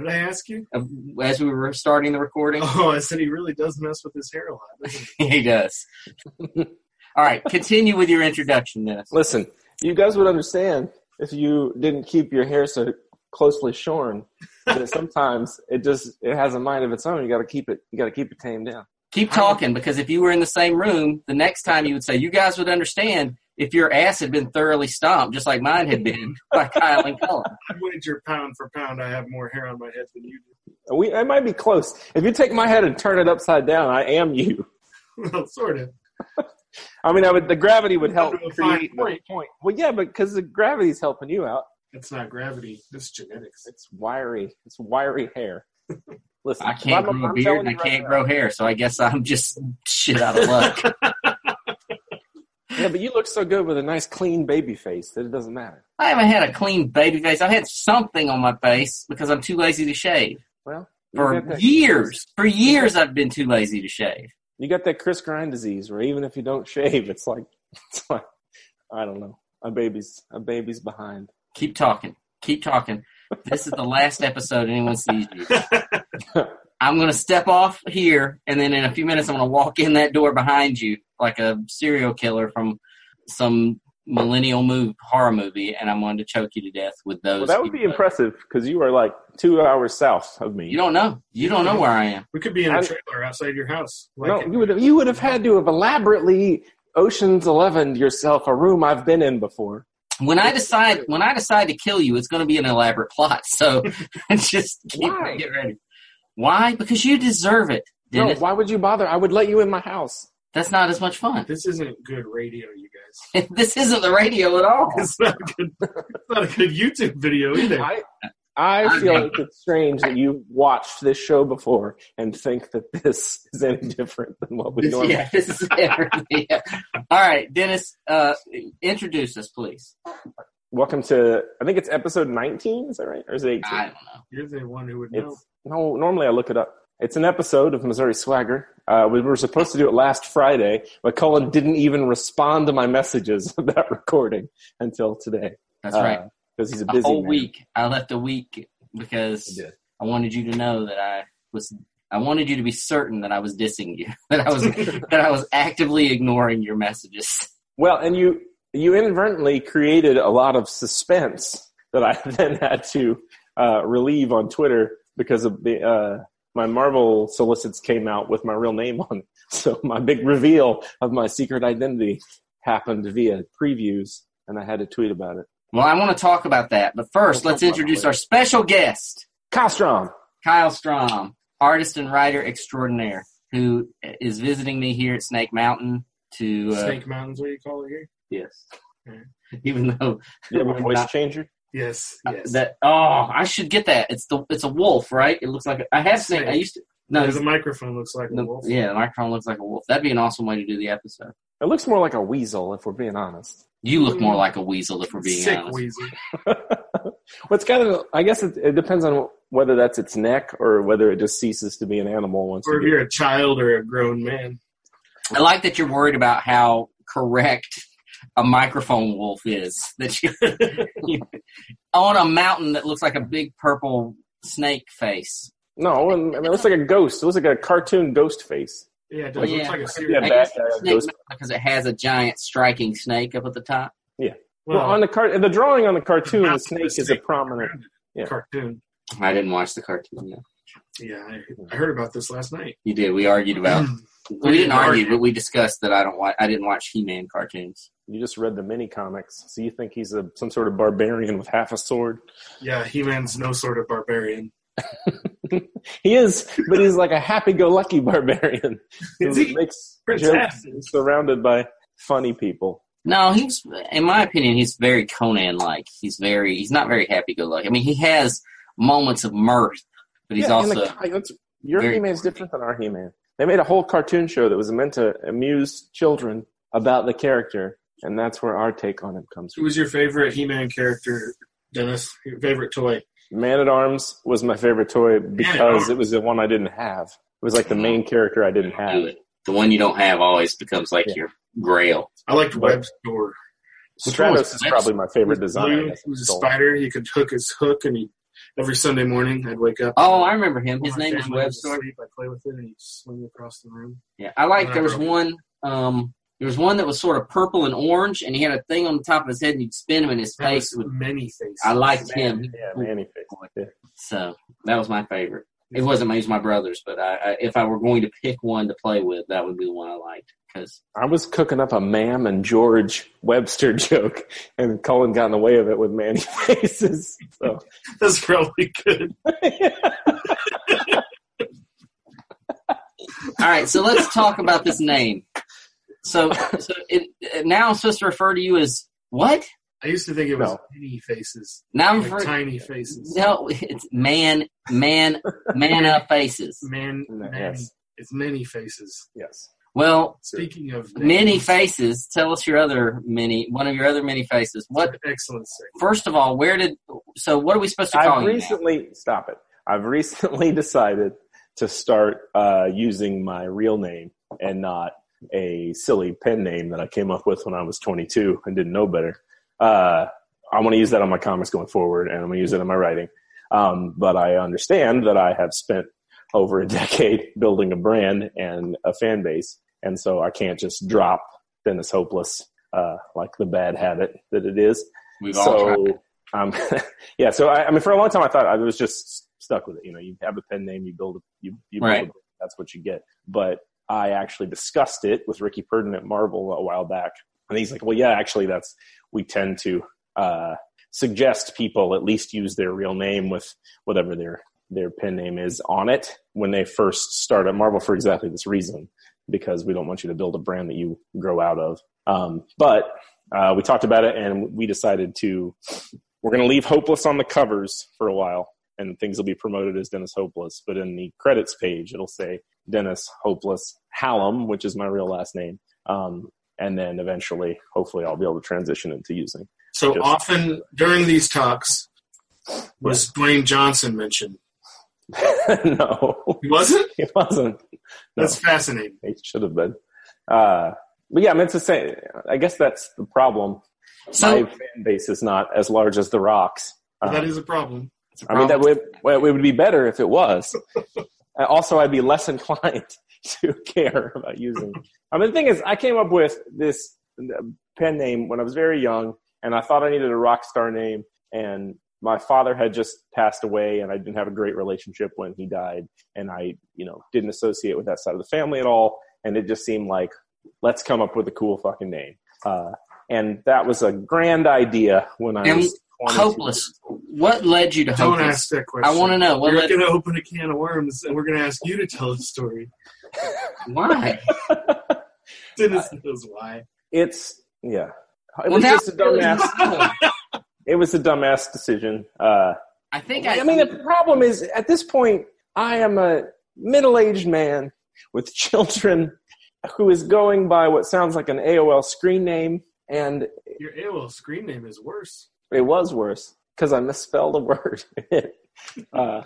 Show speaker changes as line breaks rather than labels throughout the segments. What did I ask you?
uh, as we were starting the recording.
Oh, I said he really does mess with his hair a lot. doesn't he?
he does. All right, continue with your introduction, Dennis.
Listen, you guys would understand if you didn't keep your hair so closely shorn that sometimes it just it has a mind of its own. You got to keep it. You got to keep it tamed down.
Keep talking because if you were in the same room, the next time you would say, "You guys would understand if your ass had been thoroughly stomped, just like mine had been by Kyle and Cullen."
I wager pound for pound I have more hair on my head than you
We I might be close. If you take my head and turn it upside down, I am you.
do. well, sort of.
I mean, I would. The gravity would help
Up to a fine
create the
point.
point. Well, yeah, but because the gravity's helping you out,
It's not gravity. It's genetics.
it's wiry. It's wiry hair. Listen,
I can't
I'm-
grow a
I'm
beard
telling
and I
you right
can't
now.
grow hair, so I guess I'm just shit out of luck.
Yeah, but you look so good with a nice clean baby face that it doesn't matter.
I haven't had a clean baby face. I've had something on my face because I'm too lazy to shave.
Well, you
For
got that-
years, for years, I've been too lazy to shave.
You got that Chris Grind disease where even if you don't shave, it's like, it's like I don't know, a baby's a baby's behind.
Keep talking. Keep talking. This is the last episode anyone sees you. I'm going to step off here, and then in a few minutes, I'm going to walk in that door behind you like a serial killer from some millennial move, horror movie, and I'm going to choke you to death with those.
Well, that would be
people.
impressive because you are like two hours south of me.
You don't know. You don't know where I am.
We could be in a
I-
trailer outside your house.
no, you would have, you would have had to have elaborately Ocean's Eleven yourself a room I've been in before.
When I decide when I decide to kill you, it's going to be an elaborate plot. So just keep,
Why?
get ready. Why? Because you deserve it,
No,
Dennis.
why would you bother? I would let you in my house.
That's not as much fun.
this isn't good radio, you guys.
this isn't the radio at all.
It's not a good. It's not a good YouTube video either.
I I feel like it's strange that you watched this show before and think that this is any different than what we normally.
Yeah, this is everything. Yeah. All right, Dennis, uh, introduce us, please.
Welcome to I think it's episode 19. Is that right? Or is it 18?
I don't know.
You're the one who would know.
It's no. Normally I look it up. It's an episode of Missouri Swagger. Uh, we were supposed to do it last Friday, but Cullen didn't even respond to my messages about recording until today.
That's right.
Because he's a
A
Uh, busy
whole
man.
week. I left a week because
You did.
I wanted you to know that I was. I wanted you to be certain that I was dissing you, that I was that I was actively ignoring your messages.
Well, and you you inadvertently created a lot of suspense that I then had to uh, relieve on Twitter because of the uh, my Marvel solicits came out with my real name on it. So my big reveal of my secret identity happened via previews, and I had to tweet about it.
Well, I want to talk about that, but first,
We'll
let's
talk about
introduce
that
our special guest.
Kostrom.
Kyle Strom, artist and writer extraordinaire, who is visiting me here at Snake Mountain to. Uh,
Snake Mountains, what do you call it here?
Yes.
Mm.
Even though
You have a
We're
voice
not-
changer.
Yes,
uh,
yes.
that oh, I should get that. It's the it's a wolf, right? It looks like a, I have seen. I
Snake.
used to no.
the
it's-
microphone looks like a
the-
wolf.
yeah, the microphone looks like a wolf. That'd be an awesome way to do the episode.
It looks more like a weasel, if we're being honest.
You look more
Mm.
like a weasel, if we're being
Sick
honest.
wheezy.
What's kind of I guess it, it depends on whether that's its neck or whether it just ceases to be an animal once.
Or if
you
you're a child or a grown man.
I like that you're worried about how correct a microphone wolf is. That you on a mountain that looks like a big purple snake face.
get, no, and- I mean, it looks like a ghost. It looks like a cartoon ghost face.
Yeah, it
Well,
does.
yeah.
look like a
Yeah,
serial.
I
bad
guess
guy
it's snake
goes-
mountain because it has a giant striking snake up at the top.
Well, on the car- the drawing on the cartoon,
Not
the
the
snake is a
snake.
prominent. yeah.
cartoon.
I didn't watch the cartoon. No.
Yeah, I, I heard about this last night.
You did. We argued about. we didn't argue, but we discussed that I don't watch. I didn't watch He-Man cartoons.
You just read the mini comics, so you think he's a some sort of barbarian with half a sword.
yeah, He Man's no sort of barbarian.
He is, but he's like a happy-go-lucky barbarian.
Is
It
he?
makes
Prince
jokes
Hassan.
surrounded by funny people.
No, he's. In my opinion, he's very Conan-like. He's very. He's not very happy-go-lucky. I mean, he has moments of mirth, but he's
Yeah, and
also.
the guy- that's- your
very-
He-Man's different than our He-Man. They made a whole cartoon show that was meant to amuse children about the character, and that's where our take on him comes
Who
from.
was your favorite He Man character, Dennis? Your favorite toy?
Man at Arms was my favorite toy
Man-at-Arms.
because it was the one I didn't have. It was like the main character I didn't have.
do it. The one you don't have always becomes like
Yeah.
your grail.
I liked
What?
Webb's door.
Which one was
Stratos is
next?
probably my favorite
Blue,
design.
He was a spider. He could hook his hook and he every Sunday morning, I'd wake up.
Oh, I remember him. His
while my
name was
family
Webster.
asleep, I'd play with it and he'd swing across the room.
Yeah, I like.
When I
There was
broke it.
one. Um, there was one that was sort of purple and orange, and he had a thing on the top of his head, and you'd spin him, and his
That
face
was
would.
many faces.
I liked him.
Yeah, Manny face.
So that was my favorite. It wasn't my, it was my brother's, but I, I, if I were going to pick one to play with, that would be the one I liked. Because
I was cooking up a Mam and George Webster joke, and Colin got in the way of it with Manny faces. So
That's probably good.
all right, so let's talk about this name. So, so it, it- now I'm supposed to refer to you as what?
I used to think it was
No.
many faces,
Now I'm
like
refer-
tiny faces.
no, it's man, man, man up faces.
Man,
No,
man-
yes.
it's many faces.
yes,
Well,
Speaking of
many
names,
faces. Tell us your other many, one of your other many faces. What?
Excellent sake.
First of all, where did? So, what are we supposed to call
I've
you? now?
recently stop it. I've recently decided to start uh, using my real name and not a silly pen name that I came up with when I was 22 and didn't know better. Uh, I'm going to use that on my comics going forward, and I'm going to use it in my writing. Um, but I understand that I have spent over a decade building a brand and a fan base, and so I can't just drop Dennis Hopeless uh, like the bad habit that it is
We've all tried.
so um, yeah so I, I mean for a long time i thought i was just stuck with it you know you have a pen name you build a you, you build a
Right.
brand, that's what you get but i actually discussed it with ricky purden at marvel a while back and he's like well yeah actually that's we tend to uh, suggest people at least use their real name with whatever their their pen name is on it when they first start at marvel for exactly this reason because we don't want you to build a brand that you grow out of um, but uh, we talked about it and we decided to we're going to leave hopeless on the covers for a while and things will be promoted as dennis hopeless but in the credits page it'll say dennis hopeless hallam which is my real last name um, and then eventually hopefully i'll be able to transition into using
So
Just-
often during these talks, was Dwayne Johnson mentioned?
no
He wasn't.
it wasn't No.
That's fascinating.
it should have been uh, but yeah i meant to say i guess that's the problem
So,
my fan base is not as large as the rocks
But
Um,
that is a problem.
I mean, that would, well, it would be better if it was. Uh, also, I'd be less inclined to care about using. I mean, the thing is, I came up with this uh, pen name when I was very young, and I thought I needed a rock star name, and my father had just passed away, and I didn't have a great relationship when he died, and I, you know, didn't associate with that side of the family at all, and it just seemed like, let's come up with a cool fucking name. Uh, and that was a grand idea when I
And
was 22
hopeless. What led you to
Don't
hopeless?
ask that question.
I want to know. What
We're
led,
going to open a can of worms, and we're going to ask you to tell the story.
why?
Dennis knows why.
it's yeah. It
Well,
was
now-
just a dumbass. It was a dumbass decision. Uh,
I think I.
I mean, the problem is at this point, I am a middle-aged man with children who is going by what sounds like an AOL screen name, and
Your AOL screen name is worse.
it was worse because I misspelled a word. uh,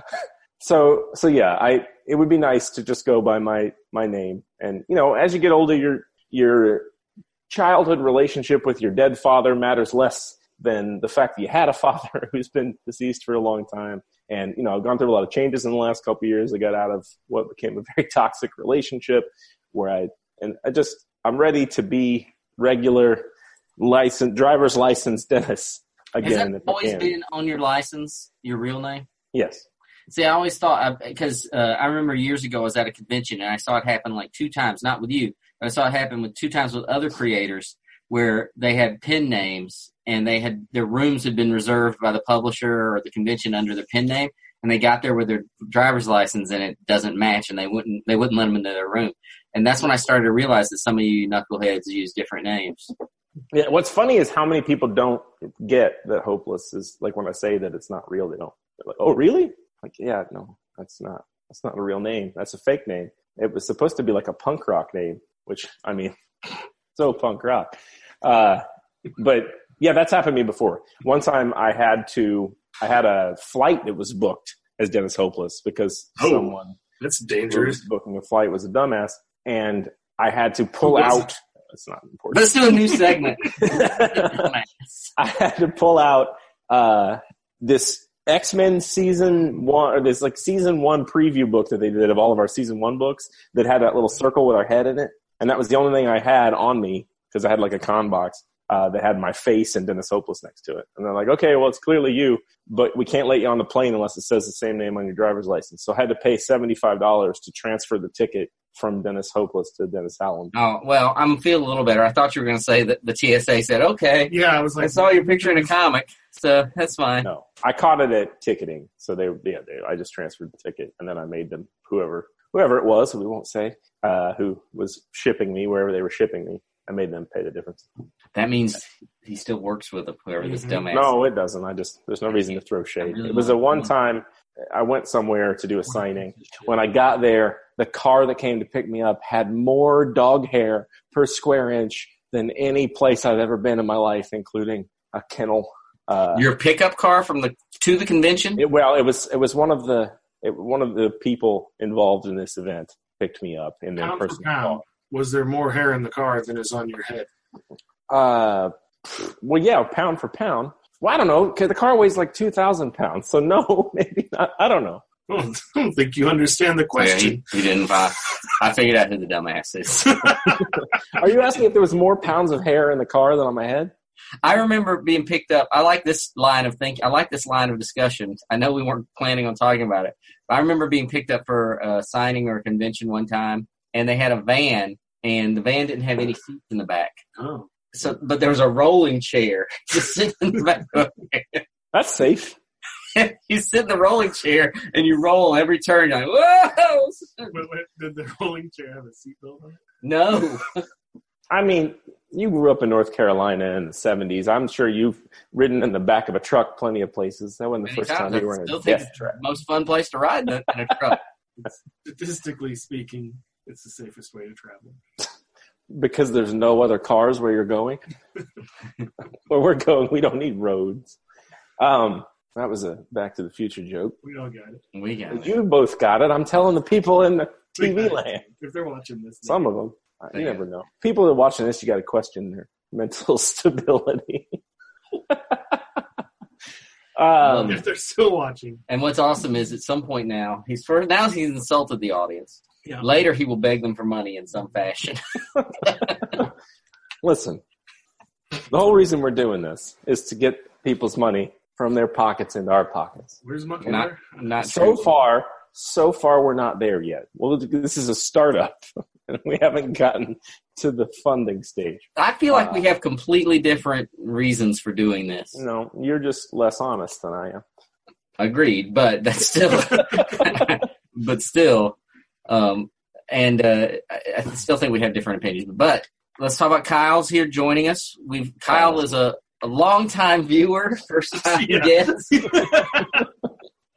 so so yeah, I it would be nice to just go by my my name, and you know, as you get older, your your childhood relationship with your dead father matters less than the fact that you had a father who's been deceased for a long time. And you know, I've gone through a lot of changes in the last couple of years. I got out of what became a very toxic relationship, where I and I just I'm ready to be regular, license driver's license Dennis
has
again.
that
if I
always
can.
been on your license, your real name?
Yes.
See, I always thought because uh, I remember years ago I was at a convention and I saw it happen like two times, not with you, but I saw it happen with two times with other creators where they had pen names and they had their rooms had been reserved by the publisher or the convention under their pen name, and they got there with their driver's license and it doesn't match, and they wouldn't they wouldn't let them into their room, and that's when I started to realize that some of you knuckleheads use different names.
Yeah, what's funny is how many people don't get that hopeless is like when I say that it's not real, they don't. They're like, oh, really? Like, yeah, no, that's not. That's not a real name. That's a fake name. It was supposed to be like a punk rock name, which I mean, so punk rock. Uh, but yeah, that's happened to me before. One time I had to, I had a flight that was booked as Dennis Hopeless because
Oh.
someone
That's
who
dangerous.
was booking a flight was a dumbass, and I had to pull
Who was
out. It's not important.
Let's do a new segment.
I had to pull out uh, this X Men season one, or this like season one preview book that they did of all of our season one books that had that little circle with our head in it, and that was the only thing I had on me because I had like a con box uh, that had my face and Dennis Hopeless next to it, and they're like, okay, well it's clearly you, but we can't let you on the plane unless it says the same name on your driver's license. So I had to pay seventy five dollars to transfer the ticket from Dennis Hopeless to Dennis Howland.
Oh well, I'm feeling a little better. I thought you were going to say that the TSA said, "Okay,
Yeah, I was
I
like,
saw your picture in a comic, so that's fine."
No, I caught it at ticketing. So they, yeah, they, I just transferred the ticket and then I made them whoever, whoever it was, we won't say, uh, who was shipping me wherever they were shipping me. I made them pay the difference.
That means he still works with whoever this
Mhm.
dumbass.
No, it doesn't. I just there's no reason to throw shade. It was a one time I went somewhere to do a signing. When I got there, the car that came to pick me up had more dog hair per square inch than any place I've ever been in my life, including a kennel. Uh,
your pickup car from the to the convention.
It, well, it was it was one of the it, one of the people involved in this event picked me up in their
pound for
personal
pound, was there more hair in the car than is on your head?
Uh, well, yeah, pound for pound. Well, I don't know because the car weighs like two thousand pounds, so no, maybe not. I don't
I
know.
don't- I don't think you understand the
Yeah,
question.
he, he didn't buy. I figured out who the dumbass is.
Are you asking if there was more pounds of hair in the car than on my head?
I remember being picked up. I like this line of think. I like this line of discussion. I know we weren't planning on talking about it, but I remember being picked up for a signing or a convention one time, and they had a van, and the van didn't have any seats in the back.
Oh.
So, but there was a rolling chair just sitting in the back. of
That's safe.
it. you sit in the rolling chair and you roll every turn. You're like, whoa!
Wait, wait, did the rolling chair have a seatbelt on it?
No,
I mean, you grew up in North Carolina in the seventies. I'm sure you've ridden in the back of a truck plenty of places. That wasn't the
Many
first
times.
time
I
you were in
still
a
think
death
it's
trap.
most fun place to ride in a, in a truck.
Statistically speaking, it's the safest way to travel.
because there's no other cars where you're going. where we're going, we don't need roads. Um, that was a Back to the Future joke.
We all got it.
We got it.
But You both got it. I'm telling the people in the
We
TV
got it.
land.
If they're watching this,
Some of them. Uh, You
Yeah.
never know. People that are watching this, you got to question their mental stability. um,
if they're still watching,
And what's awesome is at some point now, he's first now he's insulted the audience.
Yeah.
Later he will beg them for money in some fashion.
listen, the whole reason we're doing this is to get people's money from their pockets into our pockets.
where's my
Not-
where-
Not
so
true.
far so far we're not there yet well this is a startup and we haven't gotten to the funding stage
I feel like
uh,
we have completely different reasons for doing this.
no you're just less honest than i am
Agreed, but that's still but still um and uh I, I still think we have different opinions. But let's talk about Kyle's here joining us. We've Kyle is a a longtime viewer, first time
Yeah.
guest.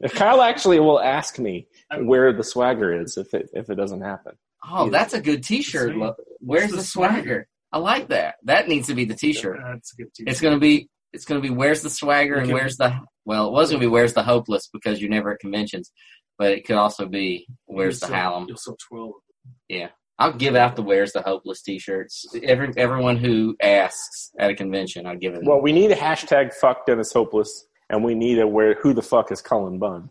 If kyle actually will ask me where the swagger is if it if it doesn't happen
Oh, that's a good T-shirt.
Same.
Look, Where's
It's
the,
the
swagger?
swagger.
I like that. That needs to be the T-shirt.
That's a good teacher.
It's gonna be. It's gonna be. Where's the swagger and
Okay.
where's the? Well, it was gonna be. Where's the hopeless? Because you're never at conventions. But it could also be. Where's the
You'll sell-
Hallam?
You'll sell twelve.
I'll give out the Where's the hopeless T-shirts. Every everyone who asks at a convention, I'll give it.
well we need a hashtag fuck dennis hopeless and we need a where who the fuck is cullen bunn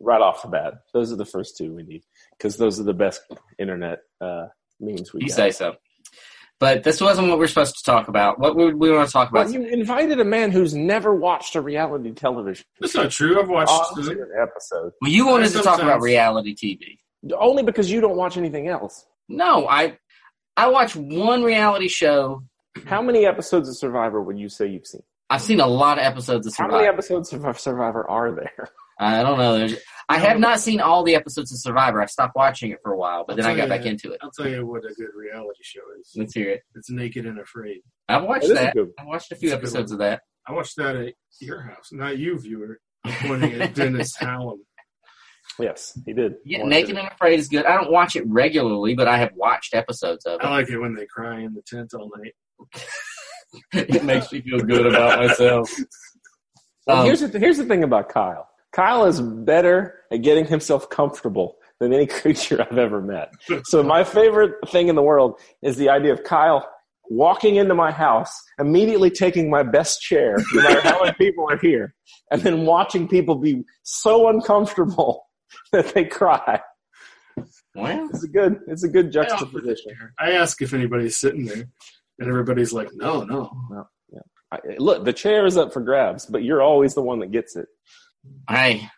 right off the bat those are the first two we need because those are the best internet uh memes we
you
got.
say so. But this wasn't what we're supposed to talk about. What would we want to talk about?
Well, you invited a man who's never watched a reality television
That's not true. I've watched.
on an episode,
Well, you wanted to talk about
Sometimes-
reality TV.
only because you don't watch anything else.
No, I I watch one reality show.
How many episodes of Survivor would you say you've seen?
I've seen a lot of episodes of
How
Survivor.
many episodes of Survivor are there?
I don't know. There's, I have not seen all the episodes of Survivor. I stopped watching it for a while, but then I got back into it.
I'll tell you what a good reality show is.
Let's hear it.
It's Naked and Afraid.
I've
That
watched
is a
that.
good-
I watched a few
It's a good
episodes of that.
I watched that at your house, not you, viewer. I'm pointing at Dennis Hallam.
Yes, he did.
Yeah,
Watch
Naked
it.
and Afraid is good. I don't watch it regularly, but I have watched episodes of
I
it.
like it when they cry in the tent all night.
it makes me feel good about myself.
Well,
Um,
here's the th- here's the thing about Kyle. Kyle is better at getting himself comfortable than any creature I've ever met. So my favorite thing in the world is the idea of Kyle walking into my house, immediately taking my best chair, no matter how many people are here, and then watching people be so uncomfortable that they cry.
Well,
It's a good, it's a good juxtaposition.
I ask if anybody's sitting there, and everybody's like, "No, no."
I, look, the chair is up for grabs, but you're always the one that gets it.
hey,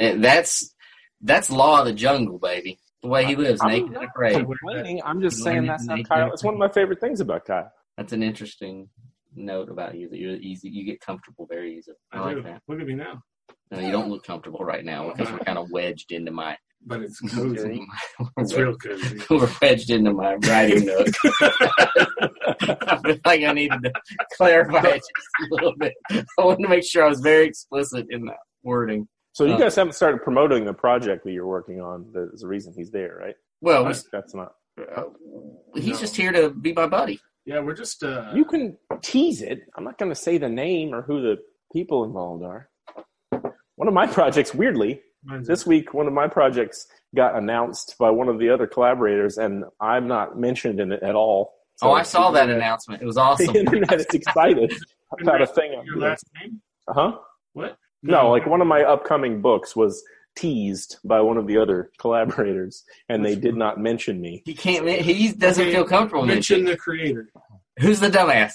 eh, that's that's law of the jungle, baby. The way he lives,
I'm
naked and
not
afraid.
Complaining, I'm just
You're
saying
learning
that's
to
how
make
Kyle.
that
It's one of my favorite things about Kyle.
That's an interesting note about you that you're easy. You get comfortable very easily. I,
I
like
do.
that.
Look at me now.
No, you don't look comfortable right now because we're kind of wedged into my.
But it's
we're,
cozy. It's real cozy.
wedged into my writing nook. I feel like I needed to clarify it just a little bit. I wanted to make sure I was very explicit in that wording.
So you
Uh,
guys haven't started promoting the project that you're working on. There's a reason he's there, right?
Well,
That's-
That's not.
uh, he's just here to be my buddy.
Yeah, we're just. Uh,
You can tease it. I'm not going to say the name or who the people involved are. One of my projects, weirdly,
mine's-
this week, one of my projects got announced by one of the other collaborators, and I'm not mentioned in it at all. So
oh, I saw that
the
announcement. It was awesome.
internet is excited about a thing.
your last Mm-hmm. name?
Uh huh.
What?
No, like one of my upcoming books was teased by one of the other collaborators, and they did not mention me.
He can't. He doesn't
Okay,
feel comfortable.
Mention
Mentioning.
the creator.
Who's the dumbass?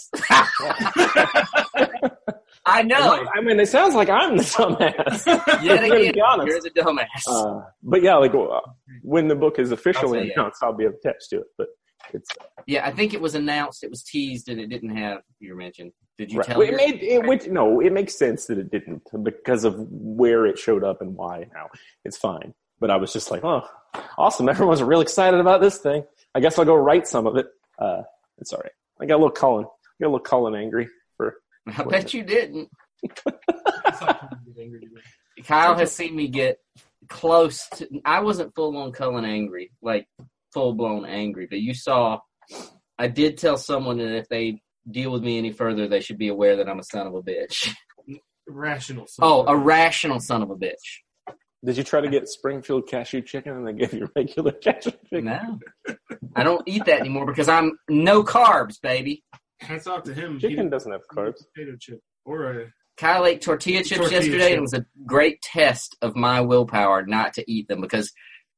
I know.
I mean, it sounds like I'm the dumbass.
Yet
I'm gonna
again,
be honest.
you're the dumbass.
Uh, but yeah, like uh, when the book is officially
I'll say, yeah.
announced, I'll be attached to it. But it's
yeah, I think it was announced. It was teased, and it didn't have your mention. Did you
right.
tell
Well, it
her?
made it, which, no, it makes sense that it didn't because of where it showed up and why and how. It's fine. But I was just like, oh, awesome! Everyone's real excited about this thing. I guess I'll go write some of it. Uh, it's all right. I got a little Cullen. I got a little Cullen angry for
I bet you didn't. Kyle has seen me get close to. I wasn't full on Cullen angry, like full blown angry, but you saw. I did tell someone that if they deal with me any further, they should be aware that I'm a son of a bitch.
Rational.
Oh, a rational son of a bitch.
Did you try to get Springfield cashew chicken and they give you regular cashew chicken?
No, I don't eat that anymore because I'm no carbs, baby.
Hats off to him. He
Chicken
didn't
doesn't have carbs.
eat a potato chip or a.
Kyle ate tortilla chips
Tortilla
yesterday, and
chip.
it was a great test of my willpower not to eat them because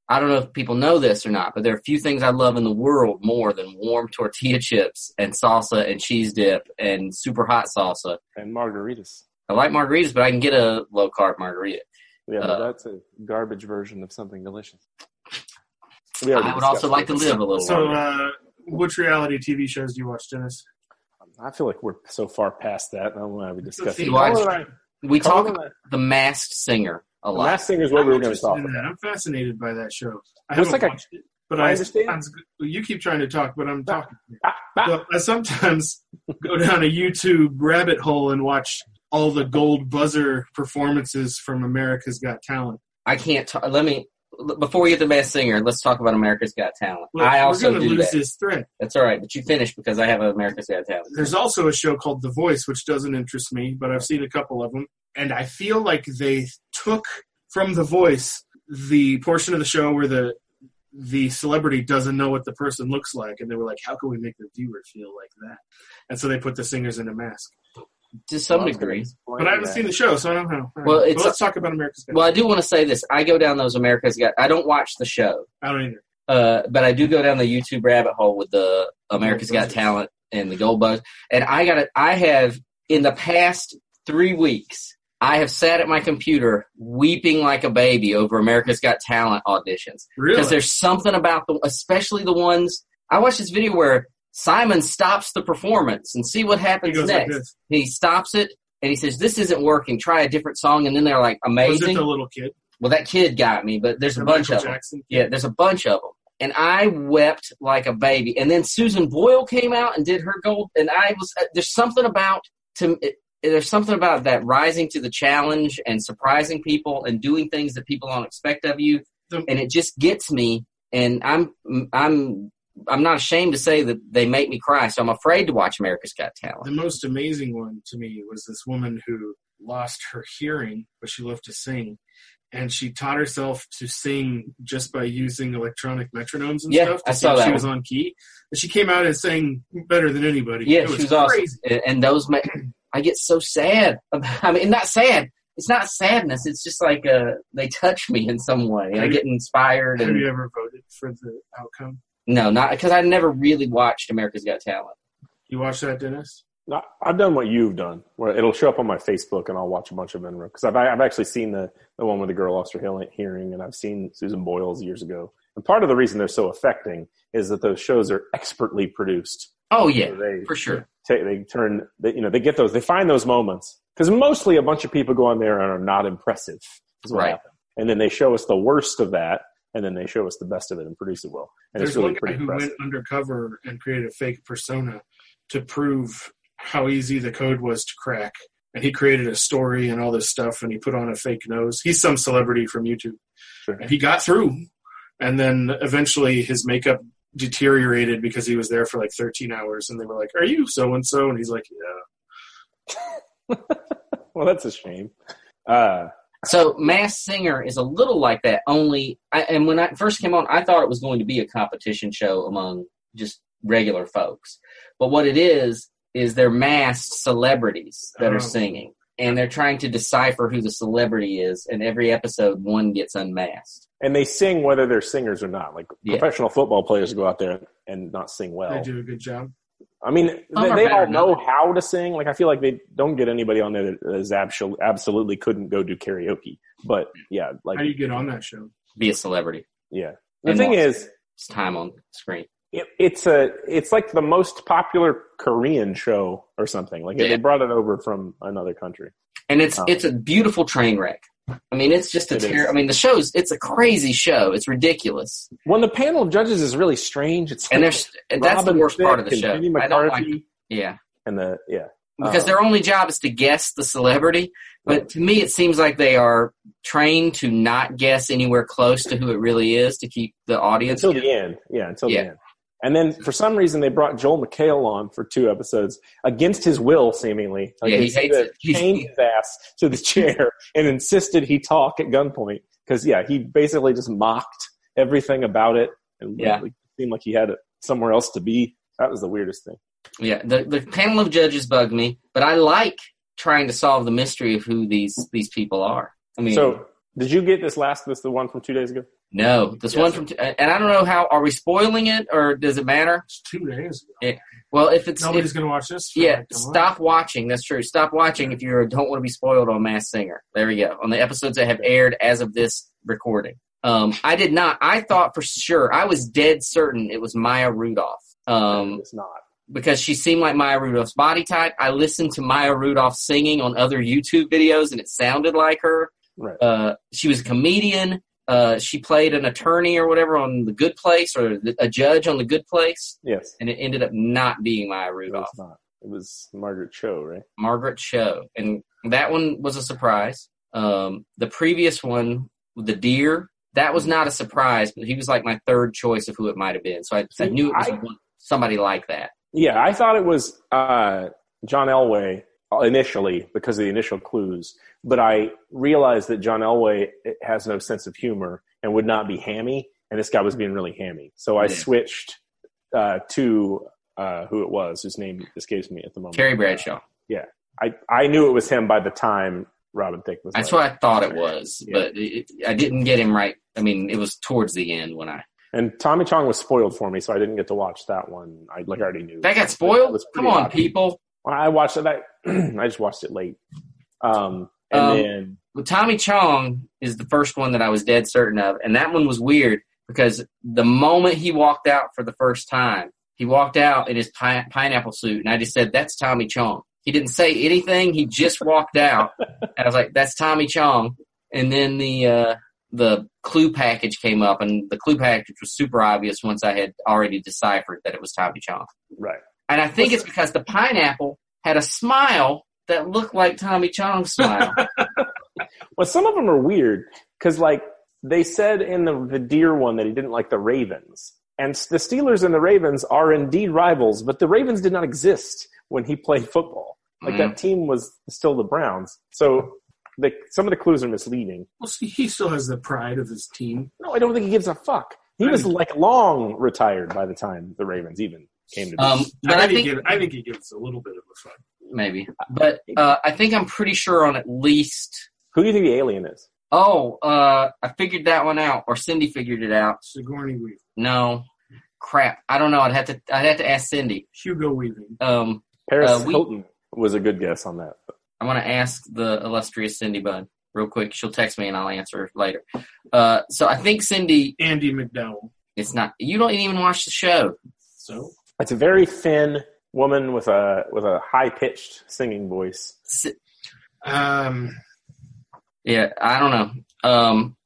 I don't know if people know this or not, but there are few things I love in the world more than warm tortilla chips and salsa and cheese dip and super hot salsa.
And margaritas.
I like margaritas, but I can get a low carb margarita.
Yeah, but
Uh,
that's a garbage version of something delicious. We already
I would also
discussed
like to
this.
live a little
So,
longer.
uh, which reality TV shows do you watch, Dennis?
I feel like we're so far past that. I don't know why we discussed
see
it.
why-
Colin and I-
we talk
Colin
about
and I-
the masked singer a
the
lot.
last thing is what
I'm
we were going
interested
to talk
in
about.
that. I'm fascinated by that show. I
Looks
haven't
like I-
watched it, but
I
I
understand.
sometimes- you keep trying to talk, but I'm
Ah,
talking.
ah, ah.
So I sometimes go down a YouTube rabbit hole and watch all the gold buzzer performances from America's Got Talent.
I can't. T- let me l- before we get the best singer. Let's talk about America's Got Talent.
Look,
I also
we're going to
do
lose
that.
this thread.
That's all right. But you finish because I have America's Got Talent.
There's also a show called The Voice, which doesn't interest me, but I've seen a couple of them, and I feel like they took from The Voice the portion of the show where the the celebrity doesn't know what the person looks like, and they were like, "How can we make the viewer feel like that?" And so they put the singers in a mask.
To some
I was gonna
degree.
explain
But I haven't
that.
seen the show, so I don't know. All
Well,
right.
it's-
let's talk about America's Got
Well, I do want to say this. I go down those America's Got. I don't watch the show,
I don't either.
uh, but I do go down the YouTube rabbit hole with the America's Got
Buzzers.
Talent and the Gold Buzz. And I got. I have in the past three weeks. I have sat at my computer weeping like a baby over America's Got Talent auditions. because
Really?
there's something about the, especially the ones. I watched this video where Simon stops the performance and see what
He
happens
goes like
next.
this.
he stops it and he says, "This isn't working. Try a different song." And then they're like,
Was it
"Amazing."
the little kid?
well, that kid got me, but there's a
The
bunch
Michael
of them.
Jackson kid?
Yeah, there's a bunch of them. And I wept like a baby. And then Susan Boyle came out and did her gold. And I was uh, there's something about to it- there's something about that rising to the challenge and surprising people and doing things that people don't expect of you.
The-
And it just gets me. And I'm I'm I'm not ashamed to say that they make me cry. So I'm afraid to watch America's Got Talent.
The most amazing one to me was this woman who lost her hearing, but she loved to sing. and she taught herself to sing just by using electronic metronomes and
Yeah,
stuff to
I
see
saw
if
that
she
one.
was on key. And she came out and sang better than anybody.
Yeah,
it
she
was,
was awesome.
crazy.
A- And those, ma- I get so sad. about- I mean, not sad. It's not sadness. It's just like uh, they touch me in some way, and I get inspired.
Have
And
you ever voted for the outcome?
no, not because I never really watched America's Got Talent.
You watched that, Dennis?
I- I've done what you've done, where it'll show up on my Facebook, and I'll watch a bunch of them because I've I've actually seen the the one with the girl lost her hearing- hearing, and I've seen Susan Boyle's years ago. And part of the reason they're so affecting is that those shows are expertly produced.
Oh
So
yeah,
they
for sure.
take, they turn they, you know they get those they find those moments because mostly a bunch of people go on there and are not impressive. Is what
Right.
happened. And then they show us the worst of that, and then they show us the best of it and produce it well. And
There's
it's really
one guy
pretty
who
impressive.
went undercover and created a fake persona to prove how easy the code was to crack. And he created a story and all this stuff, and he put on a fake nose. He's some celebrity from YouTube.
Sure.
And he got through. And then eventually his makeup deteriorated because he was there for like 13 hours, and they were like, Are you so and so? And he's like, Yeah.
Well, that's a shame. Uh,
So Mass Singer is a little like that. Only, I, and when I first came on, I thought it was going to be a competition show among just regular folks. But what it is is they're masked celebrities that
Oh.
are singing, and they're trying to decipher who the celebrity is. And every episode, one gets unmasked.
and they sing whether they're singers or not. Like
Yeah.
professional football players go out there and not sing
They
well.
do a good job.
I mean, they,
Some are
they
better
all
than
know
others.
how to sing. Like I feel like they don't get anybody on there that is abso- absolutely couldn't go do karaoke. But yeah, like
How do you get on that show?
Be a celebrity.
yeah. The
And
thing
lost.
is,
It's time on screen.
it, it's a it's like the most popular Korean show or something. Like
Yeah.
they brought it over from another country.
and it's
Oh.
it's a beautiful train wreck. I mean, it's just a
It
terror.
is.
I mean, the show's it's a crazy show. It's ridiculous,
When the panel of judges is really strange, it's
and
like
there's and that's the
Robin
worst part of
Thicke
the
and
show.
Jenny
I don't
McCarthy
like, yeah,
and the yeah.
because
Um,
their only job is to guess the celebrity. But to me, it seems like they are trained to not guess anywhere close to who it really is to keep the audience.
until the end. Yeah, until
Yeah.
the end. And then for some reason they brought Joel McHale on for two episodes against his will, seemingly.
Yeah, he
they said
hates
that
it.
he chained his ass to the chair and insisted he talk at gunpoint because yeah, he basically just mocked everything about it and
Yeah.
really seemed like he had it somewhere else to be. That was the weirdest thing.
Yeah, the the panel of judges bug me, but I like trying to solve the mystery of who these these people are. I mean,
So did you get this last this the one from two days ago?
no, this
Yes.
one from and I don't know how are we spoiling it or does it matter?
It's two days. ago.
Well, if it's if-
Nobody's going to watch this. for,
Yeah,
like, a month.
stop watching. That's true. Stop watching if you don't want to be spoiled on Mass Singer. There we go. On the episodes that have aired as of this recording. Um, I did not. I thought for sure. I was dead certain it was Maya Rudolph. Um,
it's not.
because she seemed like Maya Rudolph's body type. I listened to Maya Rudolph singing on other YouTube videos, and it sounded like her.
Right.
Uh, she was a comedian. Uh, she played an attorney or whatever on The Good Place, or th- a judge on The Good Place,
Yes.
and it ended up not being Maya
It
Rudolph.
was not. It was Margaret Cho, right?
Margaret Cho, and that one was a surprise. Um, the previous one, the deer, that was not a surprise, but he was like my third choice of who it might have been. So I, I
See,
knew it was
I-
one- somebody like that.
Yeah, I thought it was uh, John Elway initially because of the initial clues, but I realized that John Elway eh, has no sense of humor and would not be hammy, and this guy was being really hammy. So I
Yeah.
switched uh, to uh, who it was, whose name escapes me at the moment.
Terry Bradshaw.
I, I knew it was him by the time Robin Thicke was.
That's
like-
what I thought it was,
Yeah.
but it, I didn't get him right. I mean, it was towards the end when I
And Tommy Chong was spoiled for me, so I didn't get to watch that one. I like I already knew.
that got
It
spoiled.
was
Come
pretty
on,
obvious.
people.
I watched it. I, I just watched it late. Um, and
Um,
then
Well, Tommy Chong is the first one that I was dead certain of, and that one was weird because the moment he walked out for the first time, he walked out in his pi- pineapple suit, and I just said, "That's Tommy Chong." He didn't say anything; he just walked out, and I was like, "That's Tommy Chong." And then the uh, the clue package came up, and the clue package was super obvious once I had already deciphered that it was Tommy Chong.
right.
And I think it's because the pineapple had a smile that looked like Tommy Chong's smile.
Well, some of them are weird because, like, they said in the, the deer one that he didn't like the Ravens, and s- the Steelers and the Ravens are indeed rivals, but the Ravens did not exist when he played football. Like
Mm.
that team was still the Browns. So the, some of the clues are misleading.
Well, see, he still has the pride of his team.
No, I don't think he gives a fuck. He was
Mm.
like long retired by the time the Ravens even came to be.
Um,
I,
but I
think
think
he gives, I think he gives a little bit of a fuck.
maybe. But uh, I think I'm pretty sure on at least.
Who do you think the alien is?
Oh, uh, I figured that one out, or Cindy figured it out.
Sigourney Weaver,
No, crap. I don't know. I'd have to. I'd have to ask Cindy.
Hugo Weaving.
Um,
Paris
Uh, we-
Hilton was a good guess on that.
I'm gonna ask the illustrious Cindy Bud real quick. She'll text me and I'll answer later. Uh, so I think Cindy.
Andy McDowell.
It's not. You don't even watch the show.
So
It's a very thin woman with a with a high pitched singing voice.
S-
um,
Yeah, I don't know. Um,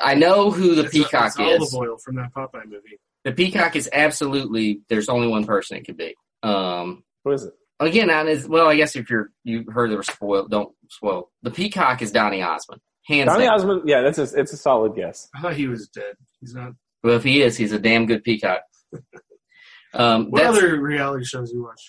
I know who the
it's-
peacock
it's
is.
olive oil from that Popeye movie.
The peacock is absolutely. There's only one person it could be. Um,
Who is it?
again, that is well. I guess if you're you heard they were spoiled, don't spoil. The peacock is Donny Osmond. Hands
Donny
down.
Osmond. Yeah, that's a, it's a solid guess.
I thought he was dead. He's not.
well, if he is, he's a damn good peacock. Um,
What
that's,
other reality shows you watch?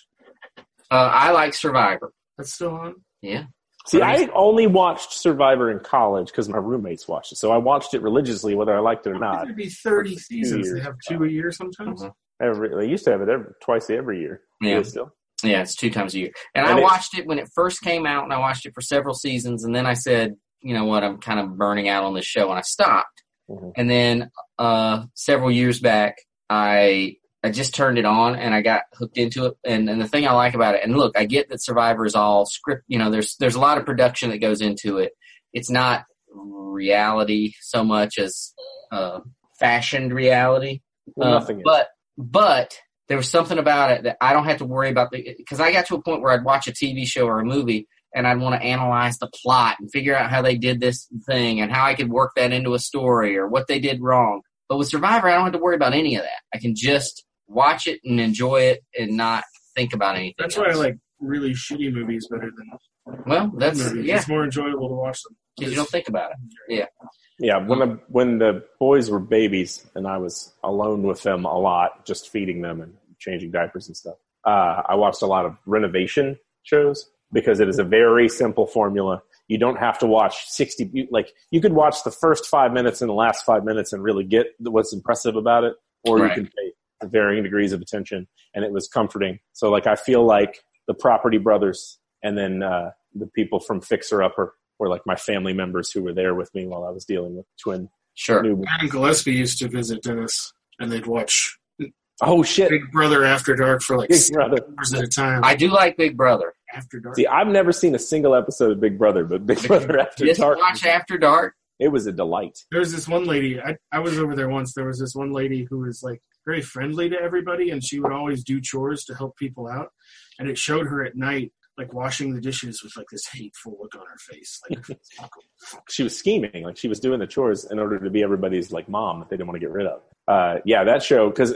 uh, I like Survivor.
That's still on.
Yeah,
See,
Nice.
I only watched Survivor in college because my roommates watched it, so I watched it religiously, whether I liked it or not.
There'd be thirty seasons. They
Uh, years.
have two a year sometimes.
Mhm.
Every they used to have it every, twice every year. Do
yeah,
they still.
yeah. It's two times a year, and,
And
I
it-
watched it when it first came out, and I watched it for several seasons, and then I said, you know what, I'm kind of burning out on this show, and I stopped.
Mhm.
And then uh, several years back, I I just turned it on and I got hooked into it. And, and the thing I like about it, and look, I get that Survivor is all script. You know, there's there's a lot of production that goes into it. It's not reality so much as uh, fashioned reality.
Well,
Uh,
nothing. is.
but but there was something about it that I don't have to worry about because I got to a point where I'd watch a TV show or a movie and I'd want to analyze the plot and figure out how they did this thing and how I could work that into a story or what they did wrong. But with Survivor, I don't have to worry about any of that. I can just watch it and enjoy it and not think about anything.
That's why I
else.
like really shitty movies better than
Well,
good
that's
movies.
yeah,
It's more enjoyable to watch them.
because you don't think about it.
Yeah, when the when the boys were babies and I was alone with them a lot, just feeding them and changing diapers and stuff. Uh, I watched a lot of renovation shows because it is a very simple formula. You don't have to watch sixty. you- Like you could watch the first five minutes and the last five minutes and really get what's impressive about it, or
Right.
you can pay varying degrees of attention. And it was comforting. So like I feel like the Property Brothers and then uh, the people from Fixer Upper were like my family members who were there with me while I was dealing with twin
Sure.
new.
Adam Gillespie used to visit Dennis, and they'd watch
Oh shit,
Big Brother After Dark for like
Big Brother.
hours at a time.
I do like Big Brother.
After Dark.
See, I've never seen a single episode of Big Brother, but Big Brother After
Just
Dark,
watch After Dark.
it was a delight.
there was this one lady I, I was over there once there was this one lady who was like very friendly to everybody and she would always do chores to help people out and it showed her at night like washing the dishes with like this hateful look on her face like
She was scheming, like she was doing the chores in order to be everybody's like mom that they didn't want to get rid of. Uh, yeah, that show because,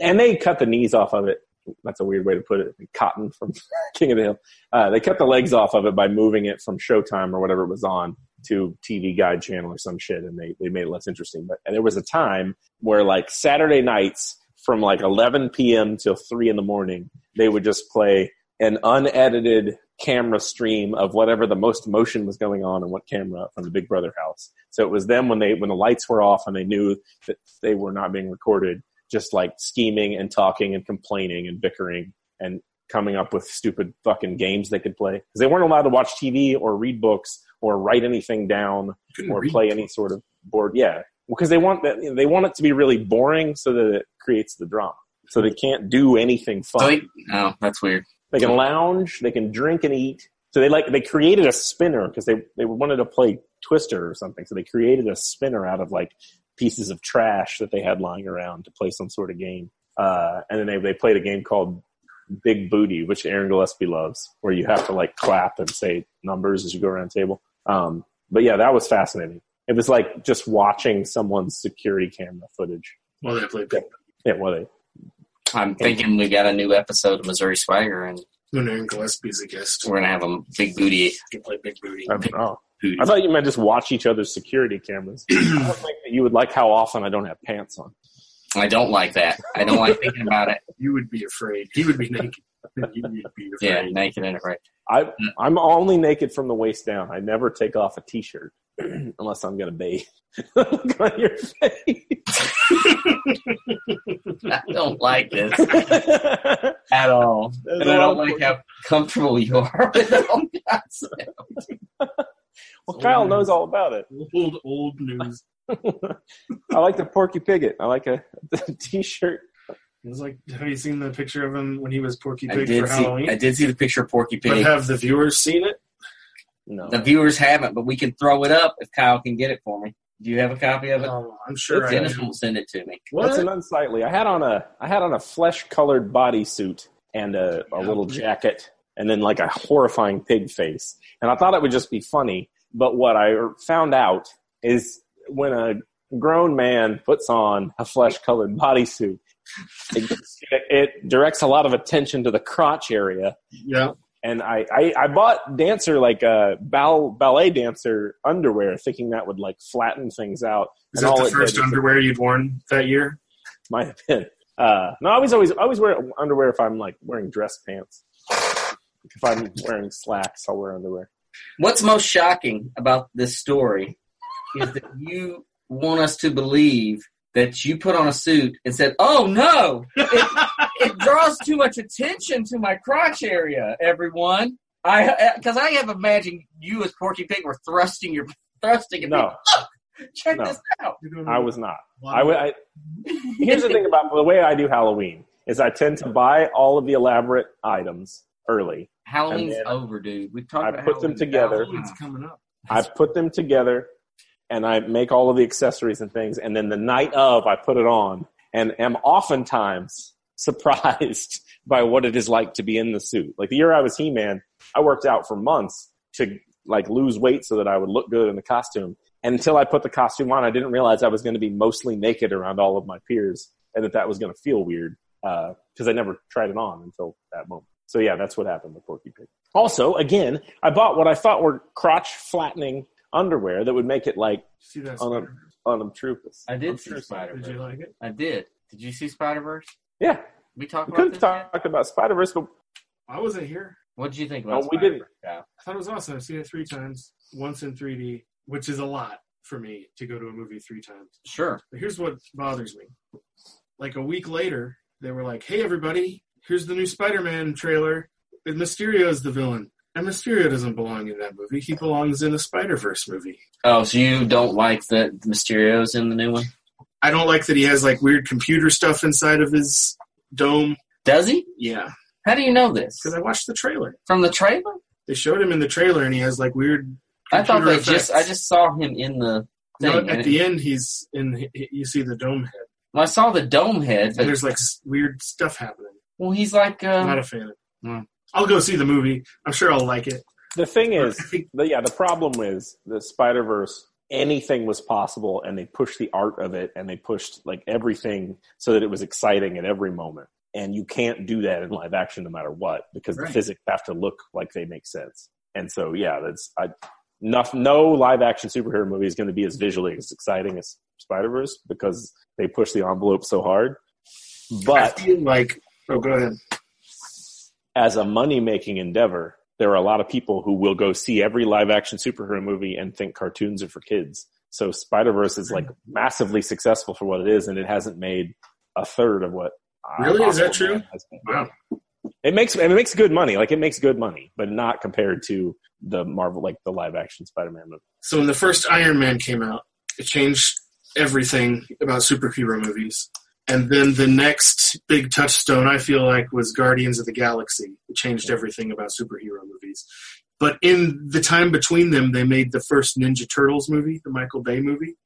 and they cut the knees off of it. That's a weird way to put it. Cotton from King of the Hill. Uh, they cut the legs off of it by moving it from Showtime or whatever it was on to TV Guide Channel or some shit, and they, they made it less interesting. But and there was a time where like Saturday nights from like 11 p.m. till three in the morning, they would just play an unedited camera stream of whatever the most motion was going on and what camera from the Big Brother house. So it was them when they when the lights were off and they knew that they were not being recorded, just like scheming and talking and complaining and bickering and coming up with stupid fucking games they could play because they weren't allowed to watch TV or read books or write anything down
couldn't
or
read.
play any sort of board. Yeah, because they want that they want it to be really boring so that it creates the drama. So they can't do anything fun.
So he- oh, that's weird.
They can lounge, they can drink and eat. So they like they created a spinner because they they wanted to play Twister or something. So they created a spinner out of like pieces of trash that they had lying around to play some sort of game. Uh, and then they they played a game called Big Booty, which Aaron Gillespie loves, where you have to like clap and say numbers as you go around the table. Um, but yeah, that was fascinating. It was like just watching someone's security camera footage.
well they played
Yeah, well, they,
I'm thinking we got a new episode of Missouri Swagger, and
when Aaron Gillespie's a guest
we're gonna have a big booty.
you play Big Booty
I don't know.
booty.
I thought you meant just watch each other's security cameras. I don't think that you would like how often I don't have pants on.
I don't like that. I don't like thinking about it.
you would be afraid he would be naked You need to be
Yeah,
afraid.
naked and afraid.
I I'm only naked from the waist down. I never take off a t-shirt unless I'm gonna bathe. Look on your face.
I don't like this
and
at all.
That's
And I don't
awful.
like how comfortable you are with it all concept.
Well, Kyle knows all about it.
Old old news.
I like the Porky Piglet. I like a, a t-shirt.
It was like, have you seen the picture of him when he was Porky
I
Pig for
did see
Halloween?
I did see the picture of Porky
but
Pig.
have the viewers seen it?
No,
The viewers haven't, but we can throw it up if Kyle can get it for me. Do you have a copy of it?
Um, I'm sure
It's
I
Dennis
do.
won't send it to me.
What?
that's an unsightly. I had on a I had on a flesh-colored bodysuit and a, a little jacket, and then like a horrifying pig face. And I thought it would just be funny, but what I er, found out is when a grown man puts on a flesh-colored bodysuit, it, it directs a lot of attention to the crotch area,
yeah.
and I, I, I bought dancer like a ball, ballet dancer underwear, thinking that would like flatten things out.
Is
And
that
all
the
it
first
did was-
underwear you'd worn that year?
Might have been. Uh, no, I always always I always wear underwear if I'm like wearing dress pants. If I'm wearing slacks, I'll wear underwear.
What's most shocking about this story is that you want us to believe that you put on a suit and said, "Oh no, it, it draws too much attention to my crotch area." Everyone, I because I have imagined you as Porky Pig were thrusting your thrusting. at
No,
me. check
no.
this out.
I was not. I,
Um,
w- I here's the thing about the way I do Halloween is I tend to buy all of the elaborate items early.
Halloween's
And then
over, dude. We've talked.
I
about
put them
Halloween
together.
thousands
It's
of times.
coming up.
I put them together and I make all of the accessories and things, and then the night of I put it on and am oftentimes surprised by what it is like to be in the suit. Like the year I was He Man, I worked out for months to like lose weight so that I would look good in the costume. And until I put the costume on, I didn't realize I was going to be mostly naked around all of my peers and that that was going to feel weird because I never tried it on until that moment. So yeah, that's what happened with Porky Pig. Also, again, I bought what I thought were crotch flattening underwear that would make it like
See that?
on a-
spider?
unobtrusive.
I did see
Unobtrusive.
Spider
Did you
Verse.
like it?
I did. Did you see Spider Verse?
Yeah,
We talked
we
about
could
this.
have
yet?
talked about Spider Verse, but
I wasn't here.
What did you think
no,
about?
we didn't.
I thought it was awesome. I've seen it three times, once in 3D, which is a lot for me to go to a movie three times.
Sure.
But here's what bothers me. Like a week later, they were like, hey, everybody, here's the new Spider Man trailer. And Mysterio is the villain. And Mysterio doesn't belong in that movie. He belongs in a Spider Verse movie.
Oh, so you don't like that Mysterio's in the new one?
I don't like that he has like weird computer stuff inside of his dome.
Does he?
Yeah.
How do you know this?
Because I watched the trailer.
From the trailer?
They showed him in the trailer and he has like weird.
I thought they
computer effects.
just I just saw him in the
No,
thing.
at
and
the end, he's in. You see the dome head.
well, I saw the dome head,
And
but
there's like s- weird stuff happening.
well he's like
I'm
um,
not a fan. Of it. I'll go see the movie. I'm sure I'll like it.
The thing
I
is,
think
the, yeah, the problem is the Spider Verse. Anything was possible, and they pushed the art of it, and they pushed like everything so that it was exciting at every moment. And you can't do that in live action, no matter what, because
Right.
the physics have to look like they make sense. And so, yeah, that's I, no, no live action superhero movie is going to be as visually as exciting as Spider Verse because they push the envelope so hard.
I
But
feel like. Oh, go ahead.
as a money making endeavor, there are a lot of people who will go see every live action superhero movie and think cartoons are for kids. So Spider Verse is
Hmm.
like massively successful for what it is, and it hasn't made a third of what. uh,
Really? Is that
Aquaman
true?
has made.
Wow.
It makes it makes good money. Like it makes good money, but not compared to the Marvel, like the live action Spider Man movie.
So when the first Iron Man came out, it changed everything about superhero movies. And then the next big touchstone I feel like was Guardians of the Galaxy. It changed everything about superhero movies. But in the time between them, they made the first Ninja Turtles movie, the Michael Bay movie,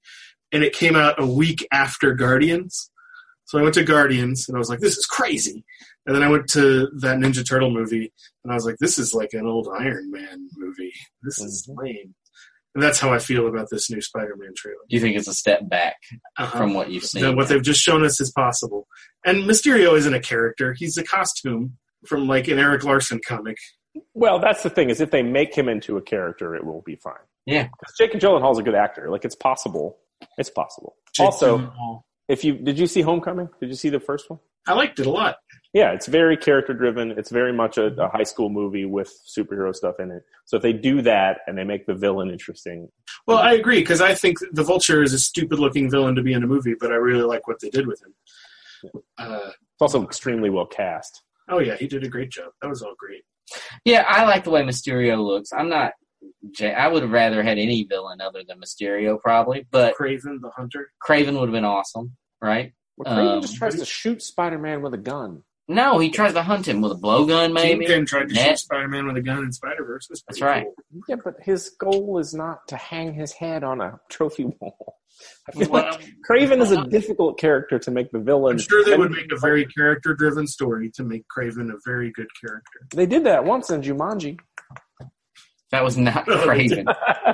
and it came out a week after Guardians. So I went to Guardians and I was like, this is crazy. And then I went to that Ninja Turtle movie and I was like, this is like an old Iron Man movie. This is
Mhm.
lame. And that's how I feel about this new Spider Man trailer.
you think it's a step back
Uh-huh.
from what you've
That
seen.
what they've just shown us is possible. And Mysterio isn't a character, he's a costume from like an Eric Larson comic.
Well, that's the thing is if they make him into a character, it will be fine.
Yeah.
because Jake Gyllenhaal's a good actor. Like it's possible. It's possible. also, if you did you see Homecoming? Did you see the first one?
I liked it a lot.
yeah, it's very character driven. It's very much a, a high school movie with superhero stuff in it. So if they do that and they make the villain interesting,
Well, I agree because I think the Vulture is a stupid looking villain to be in a movie, but I really like what they did with him. Uh,
it's also extremely well cast.
oh yeah, he did a great job. That was all great.
Yeah, I like the way Mysterio looks. I'm not. Jay, I would have rather had any villain other than Mysterio, probably. But
Craven the Hunter.
Craven would have been awesome, right?
Well, Craven
Um,
just tries to shoot Spider-Man with a gun.
No, he tries to hunt him with a blowgun, maybe.
Kingpin tried to
Net.
shoot Spider Man with a gun in Spider Verse.
That's right.
Yeah, but his goal is not to hang his head on a trophy wall. I feel like
Well,
Craven is
Uh-huh.
a difficult character to make the villain.
I'm sure they would make a very character driven story to make Craven a very good character.
They did that once in Jumanji.
that was not Craven.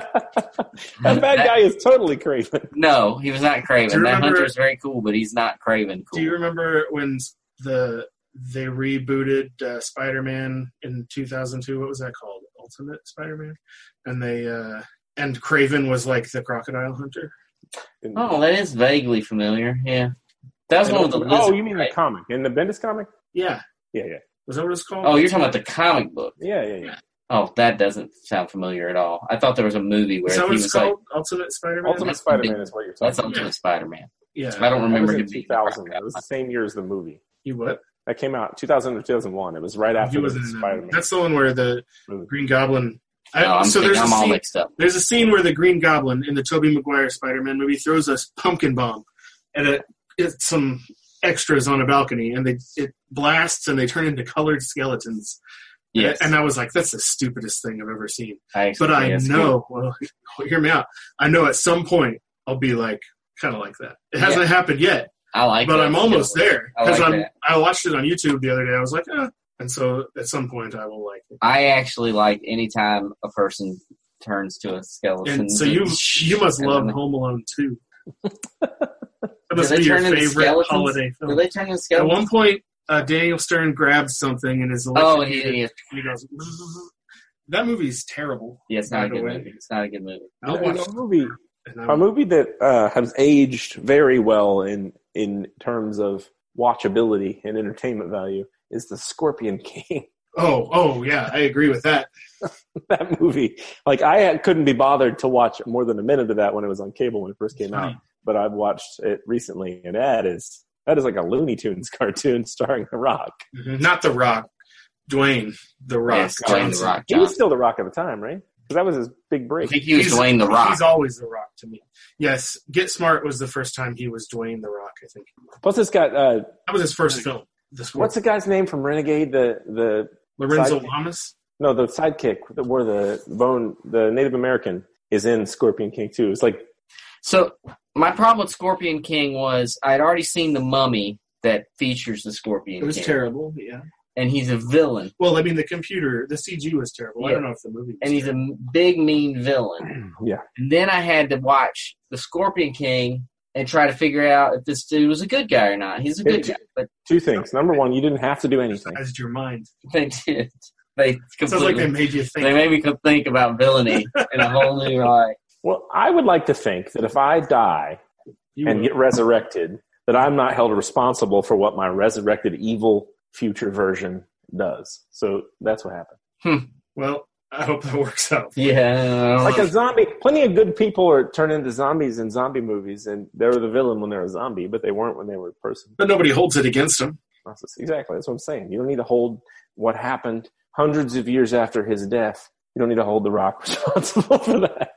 that bad guy is totally Craven.
No, he was not
Do
Craven.
you
That
remember-
hunter is very cool, but he's not Craven cool.
Do you remember when s- the they rebooted uh, Spider Man in 2002? What was that called? Ultimate Spider Man, and they uh, and Craven was like the crocodile hunter.
oh, that is vaguely familiar. Yeah, that was one of the.
oh, you mean
right?
the comic in the Bendis comic?
Yeah,
Yeah, yeah,
was that what it's called?
Oh, you're talking about the comic book.
yeah, yeah. yeah.
Oh, that doesn't sound familiar at all. I thought there was a movie where
Is
he
that what
was
it's
like,
called? Ultimate Spider Man.
Ultimate Spider-Man is what you're
"That's
talking.
Ultimate Spider-Man."
Yeah,
I don't
about. That was
remember
in
him being
2000. It was the same year as the movie.
you what?
That came out 2000 or 2001. It was right
He
after the
wasn't in that
uh,
movie.
Spider-Man.
That's the one where the
movie.
Green Goblin. I,
No, I'm,
so
thinking-
there's a
I'm all
scene.
mixed up.
There's a scene where the Green Goblin in the Tobey Maguire Spider-Man movie throws a pumpkin bomb at a, at some extras on a balcony, and they it blasts and they turn into colored skeletons.
Yes,
And I was like, that's the stupidest thing I've ever seen.
I
But I
yes,
know, well, hear me out. I know at some point I'll be like, kind of like that. It hasn't happened yet,
I like,
but
that.
I'm almost there
I
because
like
I'm.
that.
I watched it on YouTube the other day. I was like, eh. and so at some point I will like it.
I actually like anytime a person turns to a skeleton.
And so you you must
and
love
then-
Home Alone too. That
Do
must
they
be your
turn into
favorite
skeletons?
holiday
Do
film.
they turn into
At
skeletons?
one point, uh, Daniel Stern grabs something and is
Oh, and he,
electrocuted.
he is.
and he goes. "Bzzz." That movie's terrible.
Yeah, it's not
By
a
the
good
way.
movie. It's not a good movie.
I'll
You
watch
know,
it.
a movie,
And
a
I'm-
movie that uh, has aged very well in in terms of watchability and entertainment value is The Scorpion King.
oh, oh yeah, I agree with that.
that movie, like I had- couldn't be bothered to watch more than a minute of that when it was on cable when it first came out. But I've watched it recently, and that is that is like a Looney Tunes cartoon starring The Rock.
Mhm. Not The Rock, Dwayne The Rock.
Yes, Mm-hmm. Dwayne the
Johnson.
Rock
He was
Johnson.
still The Rock at the time, right? Because that was his big
I
break.
think he was
He's-
Dwayne the Rock.
He's always The Rock to me. Yes, Get Smart was the first time he was Dwayne The Rock. I think
Plus, it's got uh,
that was his first film. This one,
what's the guy's name from Renegade? The the
Lorenzo
Sidekick.
Lamas.
No, the sidekick that wore the bone, the Native American, is in Scorpion King too. It's like
So my problem with Scorpion King was I'd already seen the Mummy that features the Scorpion
It was
King,
terrible. Yeah.
and he's a villain,
Well, I mean, the computer, the CG was terrible. I don't know if the movie. Was
and he's a
terrible.
m- big mean villain.
Yeah.
And then I had to watch the Scorpion King and try to figure out if this dude was a good guy or not. He's a good
Yeah.
guy, but
two things. Number one, you didn't have to do anything.
As your mind.
they did. They
It sounds like
completely.
they made you think.
they made me co- think about villainy in a whole new light.
Well, I would like to think that if I die
you
and
will.
get resurrected, that I'm not held responsible for what my resurrected evil future version does. So that's what happened.
well, I hope that works out.
Yeah,
Like a zombie, plenty of good people are turned into zombies in zombie movies, and they were the villain when they were a zombie, but they weren't when they were a person.
But nobody holds it against him.
process. Exactly. That's what I'm saying. You don't need to hold what happened hundreds of years after his death. You don't need to hold The Rock responsible for that.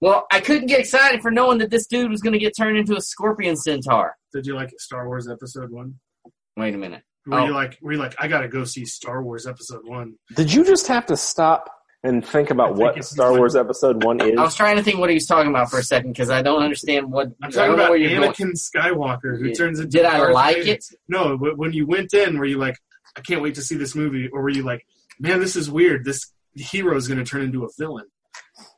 Well, I couldn't get excited for knowing that this dude was going to get turned into a scorpion centaur.
Did you like Star Wars Episode One?
Wait a minute.
Were
Oh.
you like, were you like, I gotta go see Star Wars Episode One?
Did you just have to stop and think
I
about
think
what
it's-
Star Wars Episode One
I was
is?
trying to think what he was talking about for a second because I don't understand what.
I'm
I
talking
don't know
about
where you're
Anakin Skywalker, who
Yeah.
turns
going.
into.
Did I
Darth
like
Vader.
it?
No. But when you went in, were you like, I can't wait to see this movie, or were you like, man, this is weird. This hero is going to turn into a villain.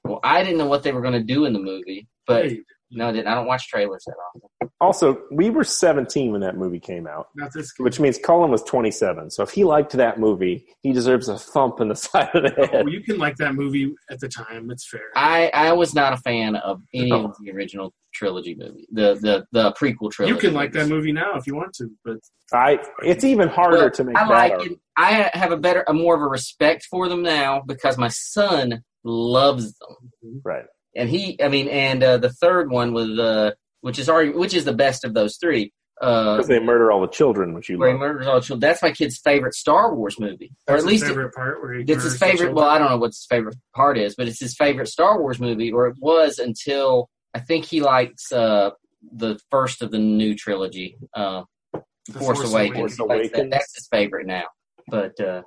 Well, I didn't know what they were going to do in the movie, but
Hey,
No, I didn't. I don't watch trailers that often.
Also, we were 17 when that movie came out,
Not this kid.
which means Colin was 27. So if he liked that movie, he deserves a thump in the side of the head.
Well, Oh, you can like that movie at the time. It's fair.
I, I was not a fan of any
No.
of the original trilogy movie, the the, the prequel trilogy.
You can like that movie
movies.
now if you want to, but
I, it's even harder
Well,
to make
I
that
like
argument.
it. I have a better, a more of a respect for them now because my son loves them,
Right.
and he, I mean, and uh, the third one was, uh, which is already, which is the best of those three. Uh,
Because they murder all the children, which you
where he
love.
murders all the children. That's my kid's favorite Star Wars movie, or
that's
at least
his favorite part where he
it's his
murders the
favorite.
children.
Well, I don't know what his favorite part is, but it's his favorite Star Wars movie, or it was until I think he likes uh, the first of the new trilogy, uh,
The
Force,
Force
Awakens.
Awakens.
He likes that.
Awakens.
That's his favorite now. But uh,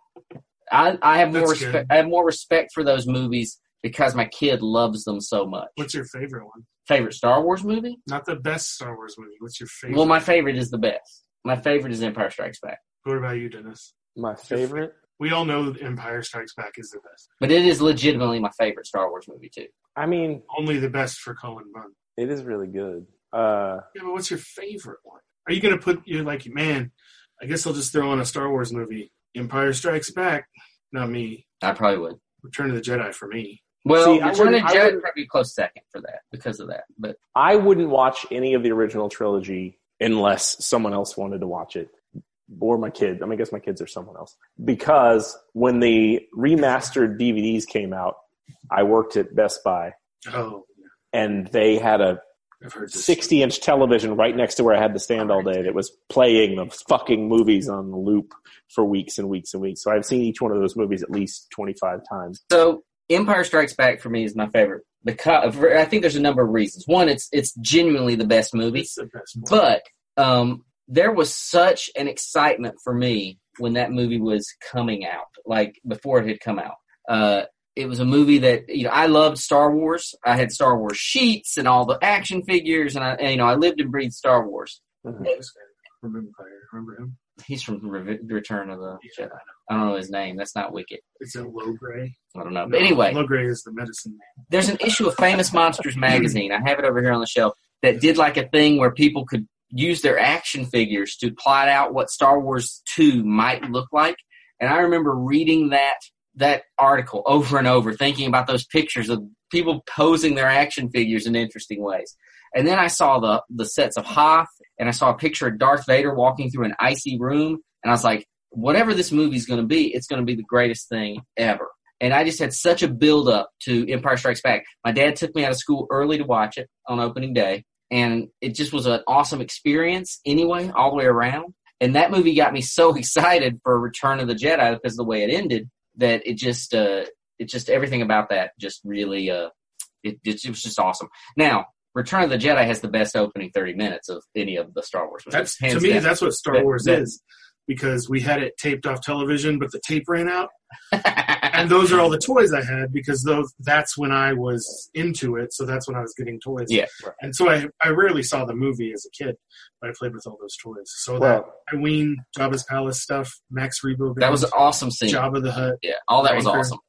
I, I have more
That's good.
respect. I have more respect for those movies because my kid loves them so much.
What's your favorite one?
favorite Star Wars movie?
Not the best Star Wars movie. What's your favorite?
Well, my favorite is the best. My favorite is Empire Strikes Back.
what about you, Dennis?
My favorite?
We all know that Empire Strikes Back is the best.
But it is legitimately my favorite Star Wars movie too.
I mean,
Only the best for Colin Bunn.
it is really good. Uh,
Yeah, but what's your favorite one? Are you gonna put? You're like, man. I guess I'll just throw on a Star Wars movie. Empire Strikes Back. Not me.
I probably would.
Return of the Jedi for me.
Well,
See,
Return
I
of the
wouldn't- I
Jedi
wouldn't-
would probably be close second for that because of that. But
I wouldn't watch any of the original trilogy unless someone else wanted to watch it. Or my kid. I mean, I guess my kids are someone else. Because when the remastered DVDs came out, I worked at Best Buy
Oh,
and they had a
I've heard this.
60 inch television right next to where I had to stand all day that was playing the fucking movies on the loop for weeks and weeks and weeks. So I've seen each one of those movies at least 25 times.
so Empire Strikes Back for me is my favorite because for, I think there's a number of reasons. One, it's it's genuinely the best movie.
It's the best one.
But um, there was such an excitement for me when that movie was coming out, like before it had come out. Uh, it was a movie that you know I loved Star Wars. I had Star Wars sheets and all the action figures, and I and, you know I lived and breathed Star Wars.
This guy from Empire. Remember him?
He's from Re- Return of the
Yeah.
Jedi. I don't know his name. That's not Wicked.
Is it Low Gray?
I don't know. But anyway,
Low Gray is the medicine man.
there's an issue of Famous Monsters magazine. I have it over here on the shelf that did like a thing where people could use their action figures to plot out what Star Wars 2 might look like. And I remember reading that that article over and over, thinking about those pictures of people posing their action figures in interesting ways. And then I saw the the sets of Hoth, and I saw a picture of Darth Vader walking through an icy room, and I was like, whatever this movie's going to be, it's going to be the greatest thing ever. And I just had such a build up to Empire Strikes Back. My dad took me out of school early to watch it on opening day, and it just was an awesome experience anyway, all the way around. And that movie got me so excited for Return of the Jedi because of the way it ended that it just uh, it just everything about that just really uh, it, it, it was just awesome. Now, Return of the Jedi has the best opening thirty minutes of any of the Star Wars movies.
That's to
hands
me.
down.
That's what Star
That-
Wars
that-
is, because we had it taped off television, but the tape ran out, and those are all the toys I had because those that's when I was into it. So that's when I was getting toys.
Yeah.
And so I I rarely saw the movie as a kid, but I played with all those toys. So that
Well,
Halloween, Jabba's palace stuff, Max Rebo,
that was an awesome scene.
Jabba the Hutt.
Yeah, all that was
Ranker.
awesome.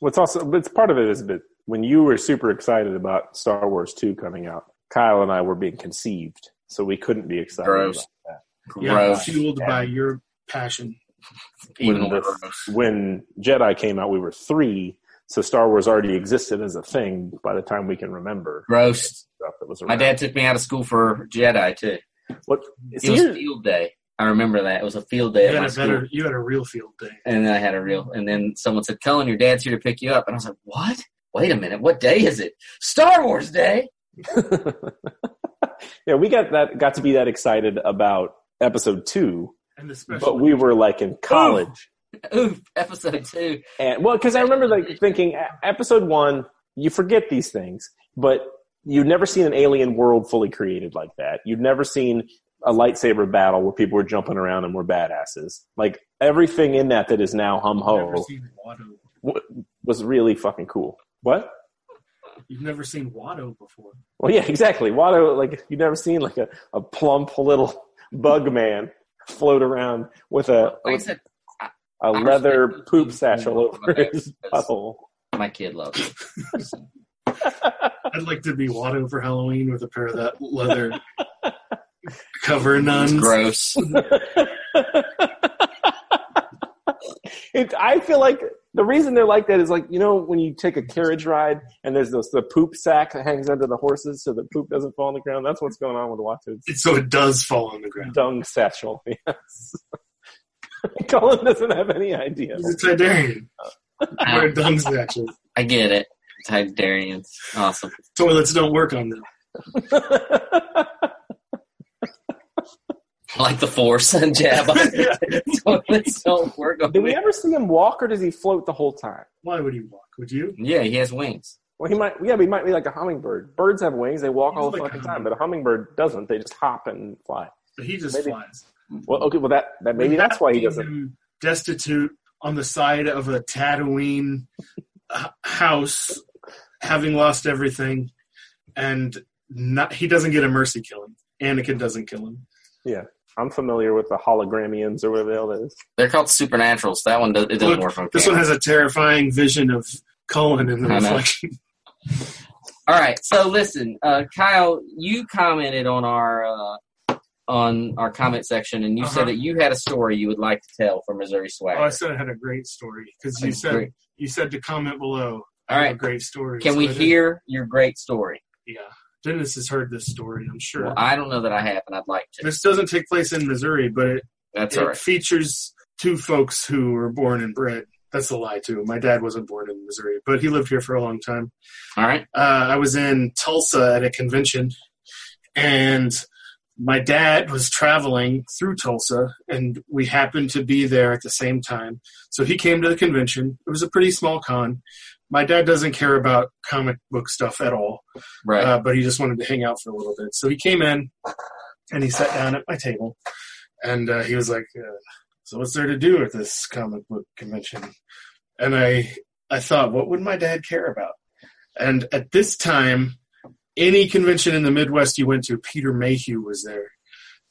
what's also, but it's part of it is that when you were super excited about Star Wars 2 coming out, Kyle and I were being conceived. So we couldn't be excited
Gross.
about that.
Yeah,
Gross.
fueled by your passion.
Even
when, the-
worse.
when Jedi came out, we were three, so Star Wars already existed as a thing by the time we can remember
Gross.
stuff that was around.
My dad took me out of school for Jedi too.
What,
It
see,
was
here's-
field day. I remember that. It was a field
You
day at
had
my
a
school.
better. You had a real field day.
And then I had a real and then someone said, Cullen, your dad's here to pick you up and I was like, What? Wait a minute, what day is it? Star Wars Day.
yeah, we got that got to be that excited about episode two,
And the special.
but we were like in college,
Oof, episode two.
and well, because I remember like thinking e- episode one, you forget these things, but you've never seen an alien world fully created like that. You've never seen a lightsaber battle where people were jumping around and were badasses. Like everything in that that is now hum
You've never
ho
seen Watto.
was really fucking cool. What?
You've never seen Watto before.
Well, yeah, exactly. Watto, like you've never seen like a, a plump little bug man float around with a
Like I
with
said,
a
I
leather
respect-
poop satchel
Yeah,
over
okay.
his butthole.
my kid loves it.
I'd like to be Watto for Halloween with a pair of that leather cover
It's
nuns.
gross.
it, I feel like the reason they're like that is like you know when you take a carriage ride and there's those the poop sack that hangs under the horses so the poop doesn't fall on the ground. That's what's going on with Watto's
So it does fall on the ground.
dung satchel. Yes, Colin doesn't have any idea.
He's a Tidarian. Where
Ah.
I,
dungs actually.
I get it. Tidarians. Awesome.
Toilets don't work on them.
Like the Force and Jabba. Toilets don't work on
Do we
me.
ever see him walk or does he float the whole time?
Why would he walk? Would you?
Yeah, he has wings.
Well, he might. Yeah, he might be like a hummingbird. Birds have wings; they walk all the
He's like
fucking
a
time. But a hummingbird doesn't. They just hop and fly.
But he just
Maybe.
flies.
Well, okay. Well, that, that maybe that's why he doesn't.
Him Destitute on the side of a Tatooine h- house, having lost everything, and not he doesn't get a mercy killing. Anakin doesn't kill him.
I'm familiar with the hologramians or whatever the hell that is.
They're called supernaturals. That one does, it doesn't
Look,
work on
This
camera.
one has a terrifying vision of Cullen in the
I know.
reflection.
All right. So listen, uh, Kyle, you commented on our uh, on our comment section, and you
Uh-huh.
said that you had a story you would like to tell for Missouri Swag.
Oh, I said I had a great story because you
That's
said
great.
you said to comment below. I have
All
a
right.
great story.
Can
So
we
I did.
hear your great story?
Yeah, Dennis has heard this story. I'm sure.
Well, I don't know that I have, and I'd like to.
this doesn't take place in Missouri, but it,
That's
it
all right.
features two folks who were born and bred. That's a lie too. My dad wasn't born in Missouri, but he lived here for a long time.
All right.
Uh, I was in Tulsa at a convention, and my dad was traveling through Tulsa, and we happened to be there at the same time. So he came to the convention. It was a pretty small con. My dad doesn't care about comic book stuff at all
Right.
uh, but he just wanted to hang out for a little bit. So he came in and he sat down at my table, and uh, he was like, uh, "So what's there to do at this comic book convention?" And I I thought, what would my dad care about? And at this time, any convention in the Midwest you went to, Peter Mayhew was there.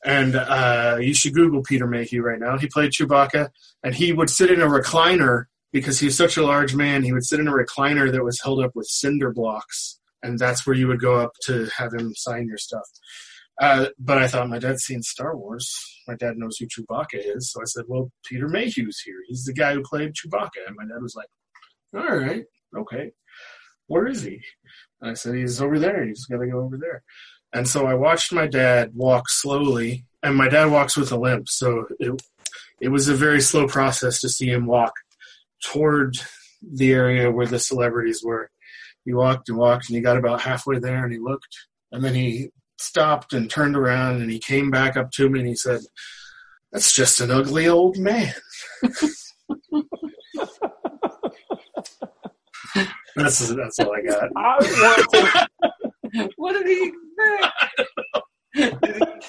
And uh, you should Google Peter Mayhew right now. He played Chewbacca, and he would sit in a recliner because he was such a large man. He would sit in a recliner that was held up with cinder blocks and that's where you would go up to have him sign your stuff. Uh, but I thought my dad's seen Star Wars. My dad knows who Chewbacca is, so I said, "Well, Peter Mayhew's here. He's the guy who played Chewbacca." And my dad was like, "All right, okay. Where is he?" And I said, "He's over there. He's got to go over there." And so I watched my dad walk slowly, and my dad walks with a limp, so it it was a very slow process to see him walk toward the area where the celebrities were he walked and walked and he got about halfway there and he looked and then he stopped and turned around and he came back up to me and he said that's just an ugly old man that's that's all i got
I want to,
what did he?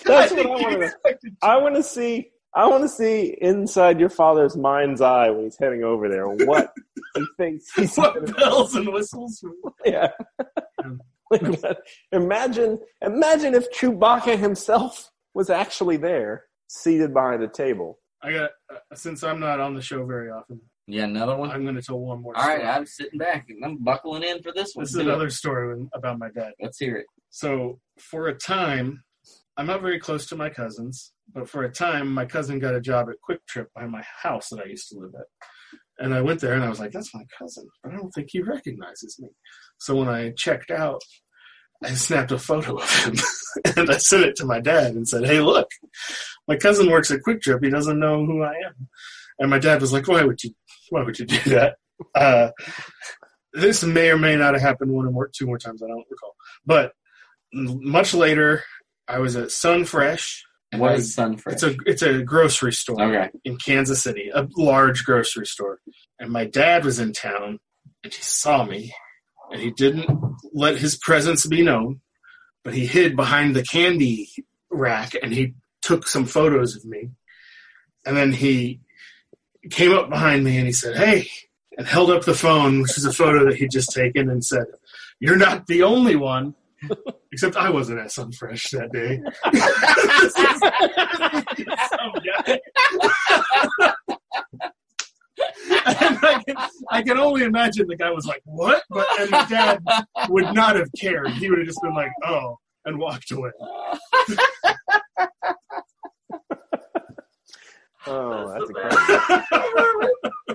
that's what I want to. I want to see. I want to see inside your father's mind's eye when he's heading over there. What he thinks he's
what bells and whistles
Yeah. like, what- imagine, imagine if Chewbacca himself was actually there, seated behind a table.
i got uh, since i'm not on the show very often
Yeah, another one.
i'm going to tell one more
All
story
right, I'm sitting back and I'm buckling in for this one.
this is
too.
another story about my dad
Let's hear it.
So for a time, I'm not very close to my cousins, but for a time, my cousin got a job at Quick Trip by my house that I used to live at. And I went there and I was like, that's my cousin, but I don't think he recognizes me. So when I checked out, I snapped a photo of him and I sent it to my dad and said, hey, look, my cousin works at Quick Trip. He doesn't know who I am. And my dad was like, why would you, why would you do that? Uh, this may or may not have happened one or more, two more times. I don't recall. But much later, I was at Sunfresh. and
What
I-
is Sunfresh?
It's a it's a grocery store
okay.
in Kansas City, a large grocery store. And my dad was in town, and he saw me, and he didn't let his presence be known, but he hid behind the candy rack and he took some photos of me. And then he came up behind me and he said, "Hey," and held up the phone, which is a photo that he'd just taken, and said, "You're not the only one." Except I wasn't at Sunfresh that day. This is- this is some guy. And I, can, I can only imagine the guy was like, "What?" But and the dad would not have cared. He would have just been like, "Oh," and walked away.
Oh, that's
the
a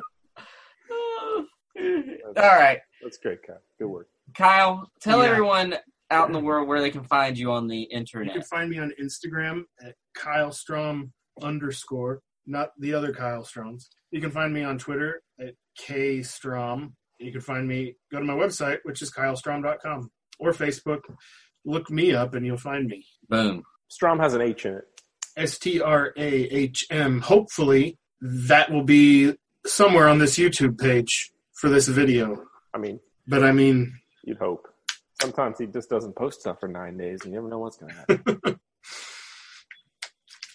great,
All right,
that's great, Kyle. Good work.
Kyle, tell
Yeah.
everyone out in the world where they can find you on the
You can
internet.
find me on Instagram at Kyle Strom underscore, not the other Kyle Stroms. You can find me on Twitter at K Strom. You can find me, go to my website, which is kylestrom.com or Facebook. Look me up and you'll find me.
Boom.
Strom has an H in it.
S T R A H M. Hopefully, that will be somewhere on this YouTube page for this video.
I mean,
But I mean,
you'd hope. Sometimes he just doesn't post stuff for nine days, and you never know what's going to happen.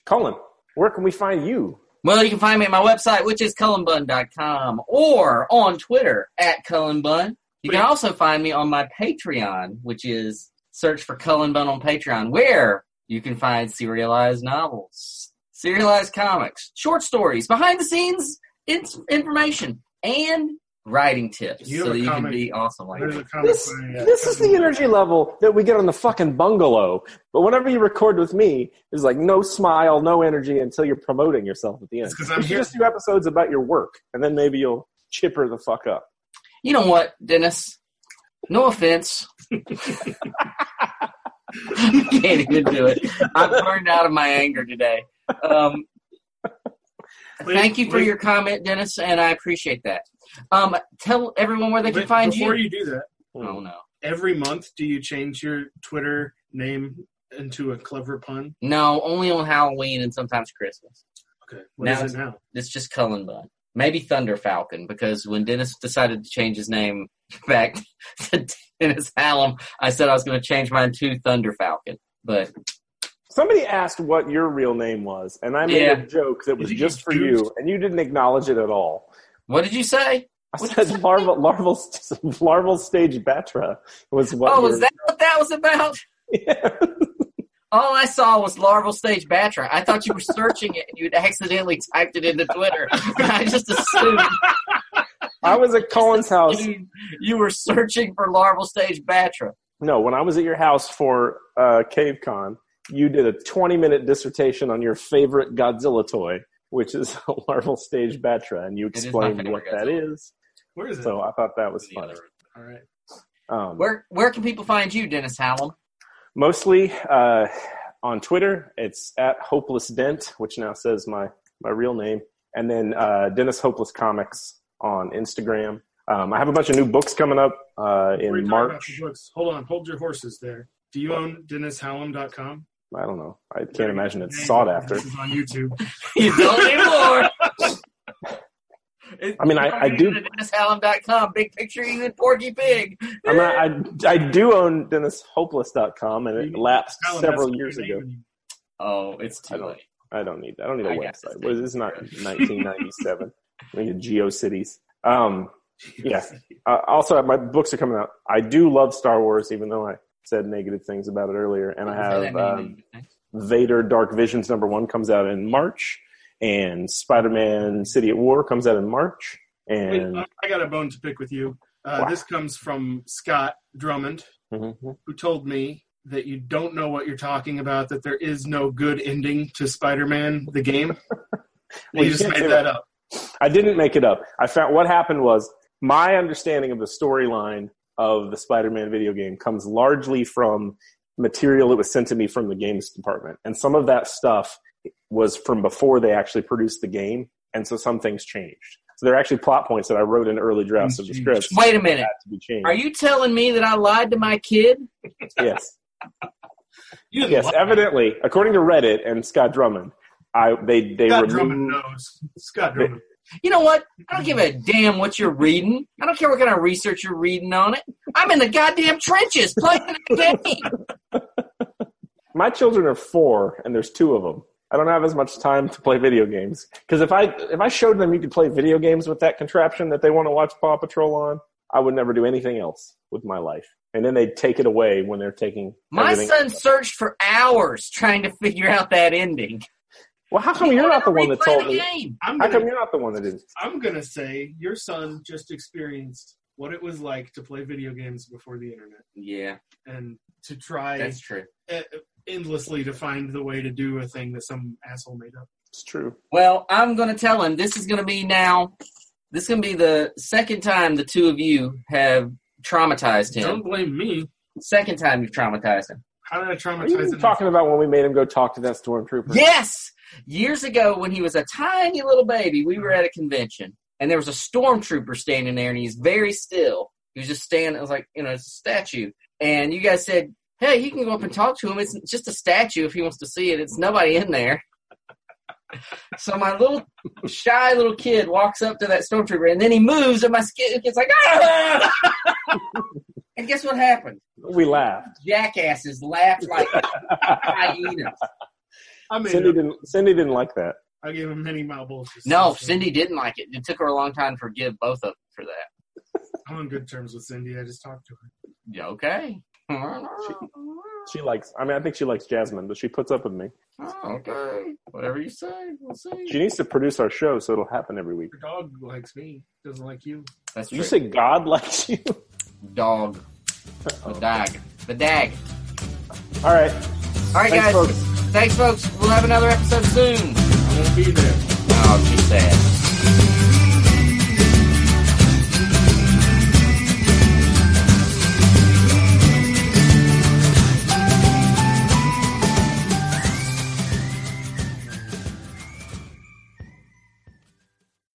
Colin, where can we find you?
Well, you can find me at my website, which is cullenbun.com, or on Twitter at cullenbun. You can also find me on my Patreon, which is search for Cullen Bun on Patreon, where you can find serialized novels, serialized comics, short stories, behind the scenes in- information, and writing tips,
You have
so
a
that you can
comic-
be awesome like
there's
me.
a comment.
This,
by, uh,
this is the energy level that we get on the fucking bungalow. But whenever you record with me, there's like no smile, no energy until you're promoting yourself at the end.
It's 'cause
You
I'm
should
here.
Just do episodes about your work, and then maybe you'll chipper the fuck up.
You know what, Dennis? No offense. I can't even do it. I'm burned out of my anger today. Um, thank you for
Wait,
your comment, Dennis, and I appreciate that. Um, tell everyone where they
wait,
can find you.
Before you do that,
Oh no,
every month do you change your Twitter name into a clever pun?
no, only on Halloween and sometimes Christmas.
Okay. What is
Now
it now?
It's just Cullen Bun. Maybe Thunder Falcon, because when Dennis decided to change his name back to Dennis Hallam, I said I was going to change mine to Thunder Falcon, but
Somebody asked what your real name was, and I made
Yeah.
a joke that was
You
just for
goofed.
you, and you didn't acknowledge it at all.
What did you say?
I
What'd you
said larval, larval, st- larval stage Batra was what.
oh,
your-
is that what that was about?
Yeah.
All I saw was larval stage batra. I thought you were searching it and you'd accidentally typed it into Twitter. I just assumed
I was at Colin's house.
you, you were searching for larval stage batra.
No, when I was at your house for uh, CaveCon, you did a 20 minute dissertation on your favorite Godzilla toy, which is a larval stage Batra, and you
is my
explained
favorite
what that is.
Where is it?
So I thought that was fun.
All right.
Um,
Where where can people find you, Dennis Hallam?
mostly uh, on Twitter. It's at Hopeless Dent, which now says my my real name, and then uh, Dennis Hopeless Comics on Instagram. Um, I have a bunch of new books coming up uh,
Before you
in
talk about
March.
the books, hold on, hold your horses there. Do you own DennisHowlam.com?
I don't know. I can't imagine it's
Hey,
sought after.
This is on YouTube.
you don't anymore.
I mean, I- I do-
DennisHallam.com. Big picture of you and Porky Pig.
I, mean, I, I do own DennisHopeless.com, and it lapsed
Howlam, that's
several
not
years
your
ago.
name anymore.
Oh, it's too
I don't-
late.
I don't need. I don't need a
I got
website.
this.
What is this? Not 1997. I think it's GeoCities. Um, Yeah. uh, also my books are coming out. I do love Star Wars, even though I said negative things about it earlier. And I have um, Vader Dark Visions number one comes out in March, and Spider Man City at War comes out in March.
Wait,
And
I- I got a bone to pick with you. Uh,
Wow.
This comes from Scott Drummond,
Mhm.
who told me that you don't know what you're talking about, that there is no good ending to Spider Man, the game.
Well,
you
you
just
can't
made
say
that up.
I didn't make it up. I found what happened was my understanding of the storyline of the Spider Man video game comes largely from material that was sent to me from the games department. And some of that stuff was from before they actually produced the game. And so some things changed. So there are actually plot points that I wrote in early drafts of the
Changed.
scripts
Wait a
that
minute.
had to be changed.
Are you telling me that I lied to my kid?
yes.
You didn't
Yes,
like
evidently, according to Reddit and Scott Drummond, I they they
Scott
removed
Drummond knows. Scott Drummond.
You know what? I don't give a damn what you're reading. I don't care what kind of research you're reading on it. I'm in the goddamn trenches playing the game.
My children are four, and there's two of them. I don't have as much time to play video games because if I if I showed them you could play video games with that contraption that they want to watch Paw Patrol on, I would never do anything else with my life. And then they'd take it away when they're taking
My
everything.
son searched for hours trying to figure out that ending.
Well, how come you're not the one that
Replay
told
the
me?
game.
I'm
How come
gonna,
you're not the one that didn't?
I'm gonna say your son just experienced what it was like to play video games before the internet
Yeah,
and to try
that's true.
uh, endlessly to find the way to do a thing that some asshole made up.
It's true.
Well, I'm going to tell him this is going to be now. This is going to be the second time the two of you have traumatized
Don't
him.
blame me.
Second time you've traumatized him.
How did I
What are
traumatize
you
him?
talking about when we made him go talk to that stormtrooper?
Yes! Years ago, when he was a tiny little baby, we were at a convention, and there was a stormtrooper standing there, and he's very still. He was just standing, it was like, you know, it's a statue. And you guys said, hey, you can go up and talk to him. It's just a statue if he wants to see it. It's nobody in there. so my little shy little kid walks up to that stormtrooper, and then he moves, and my kid gets like, ah! and guess what happened?
We laughed.
Jackasses laughed like hyenas.
I made
Cindy
it up.
didn't. Cindy didn't like that.
I gave him many mild bullshit.
No,
So,
Cindy didn't like it. It took her a long time to forgive both of them for that.
I'm on good terms with Cindy. I just talked to her.
Yeah, okay.
She likes. I mean, I think she likes Jasmine, but she puts up with me.
okay. Whatever you say, we'll see.
She needs to produce our show, so it'll happen every week.
Your dog likes me. Doesn't like you.
That's
Did
true.
you say God likes you?
dog. The dag. The dag.
All right.
All right,
Thanks,
guys.
folks.
Thanks, folks. We'll have another episode soon.
I won't be there.
Oh, she's sad.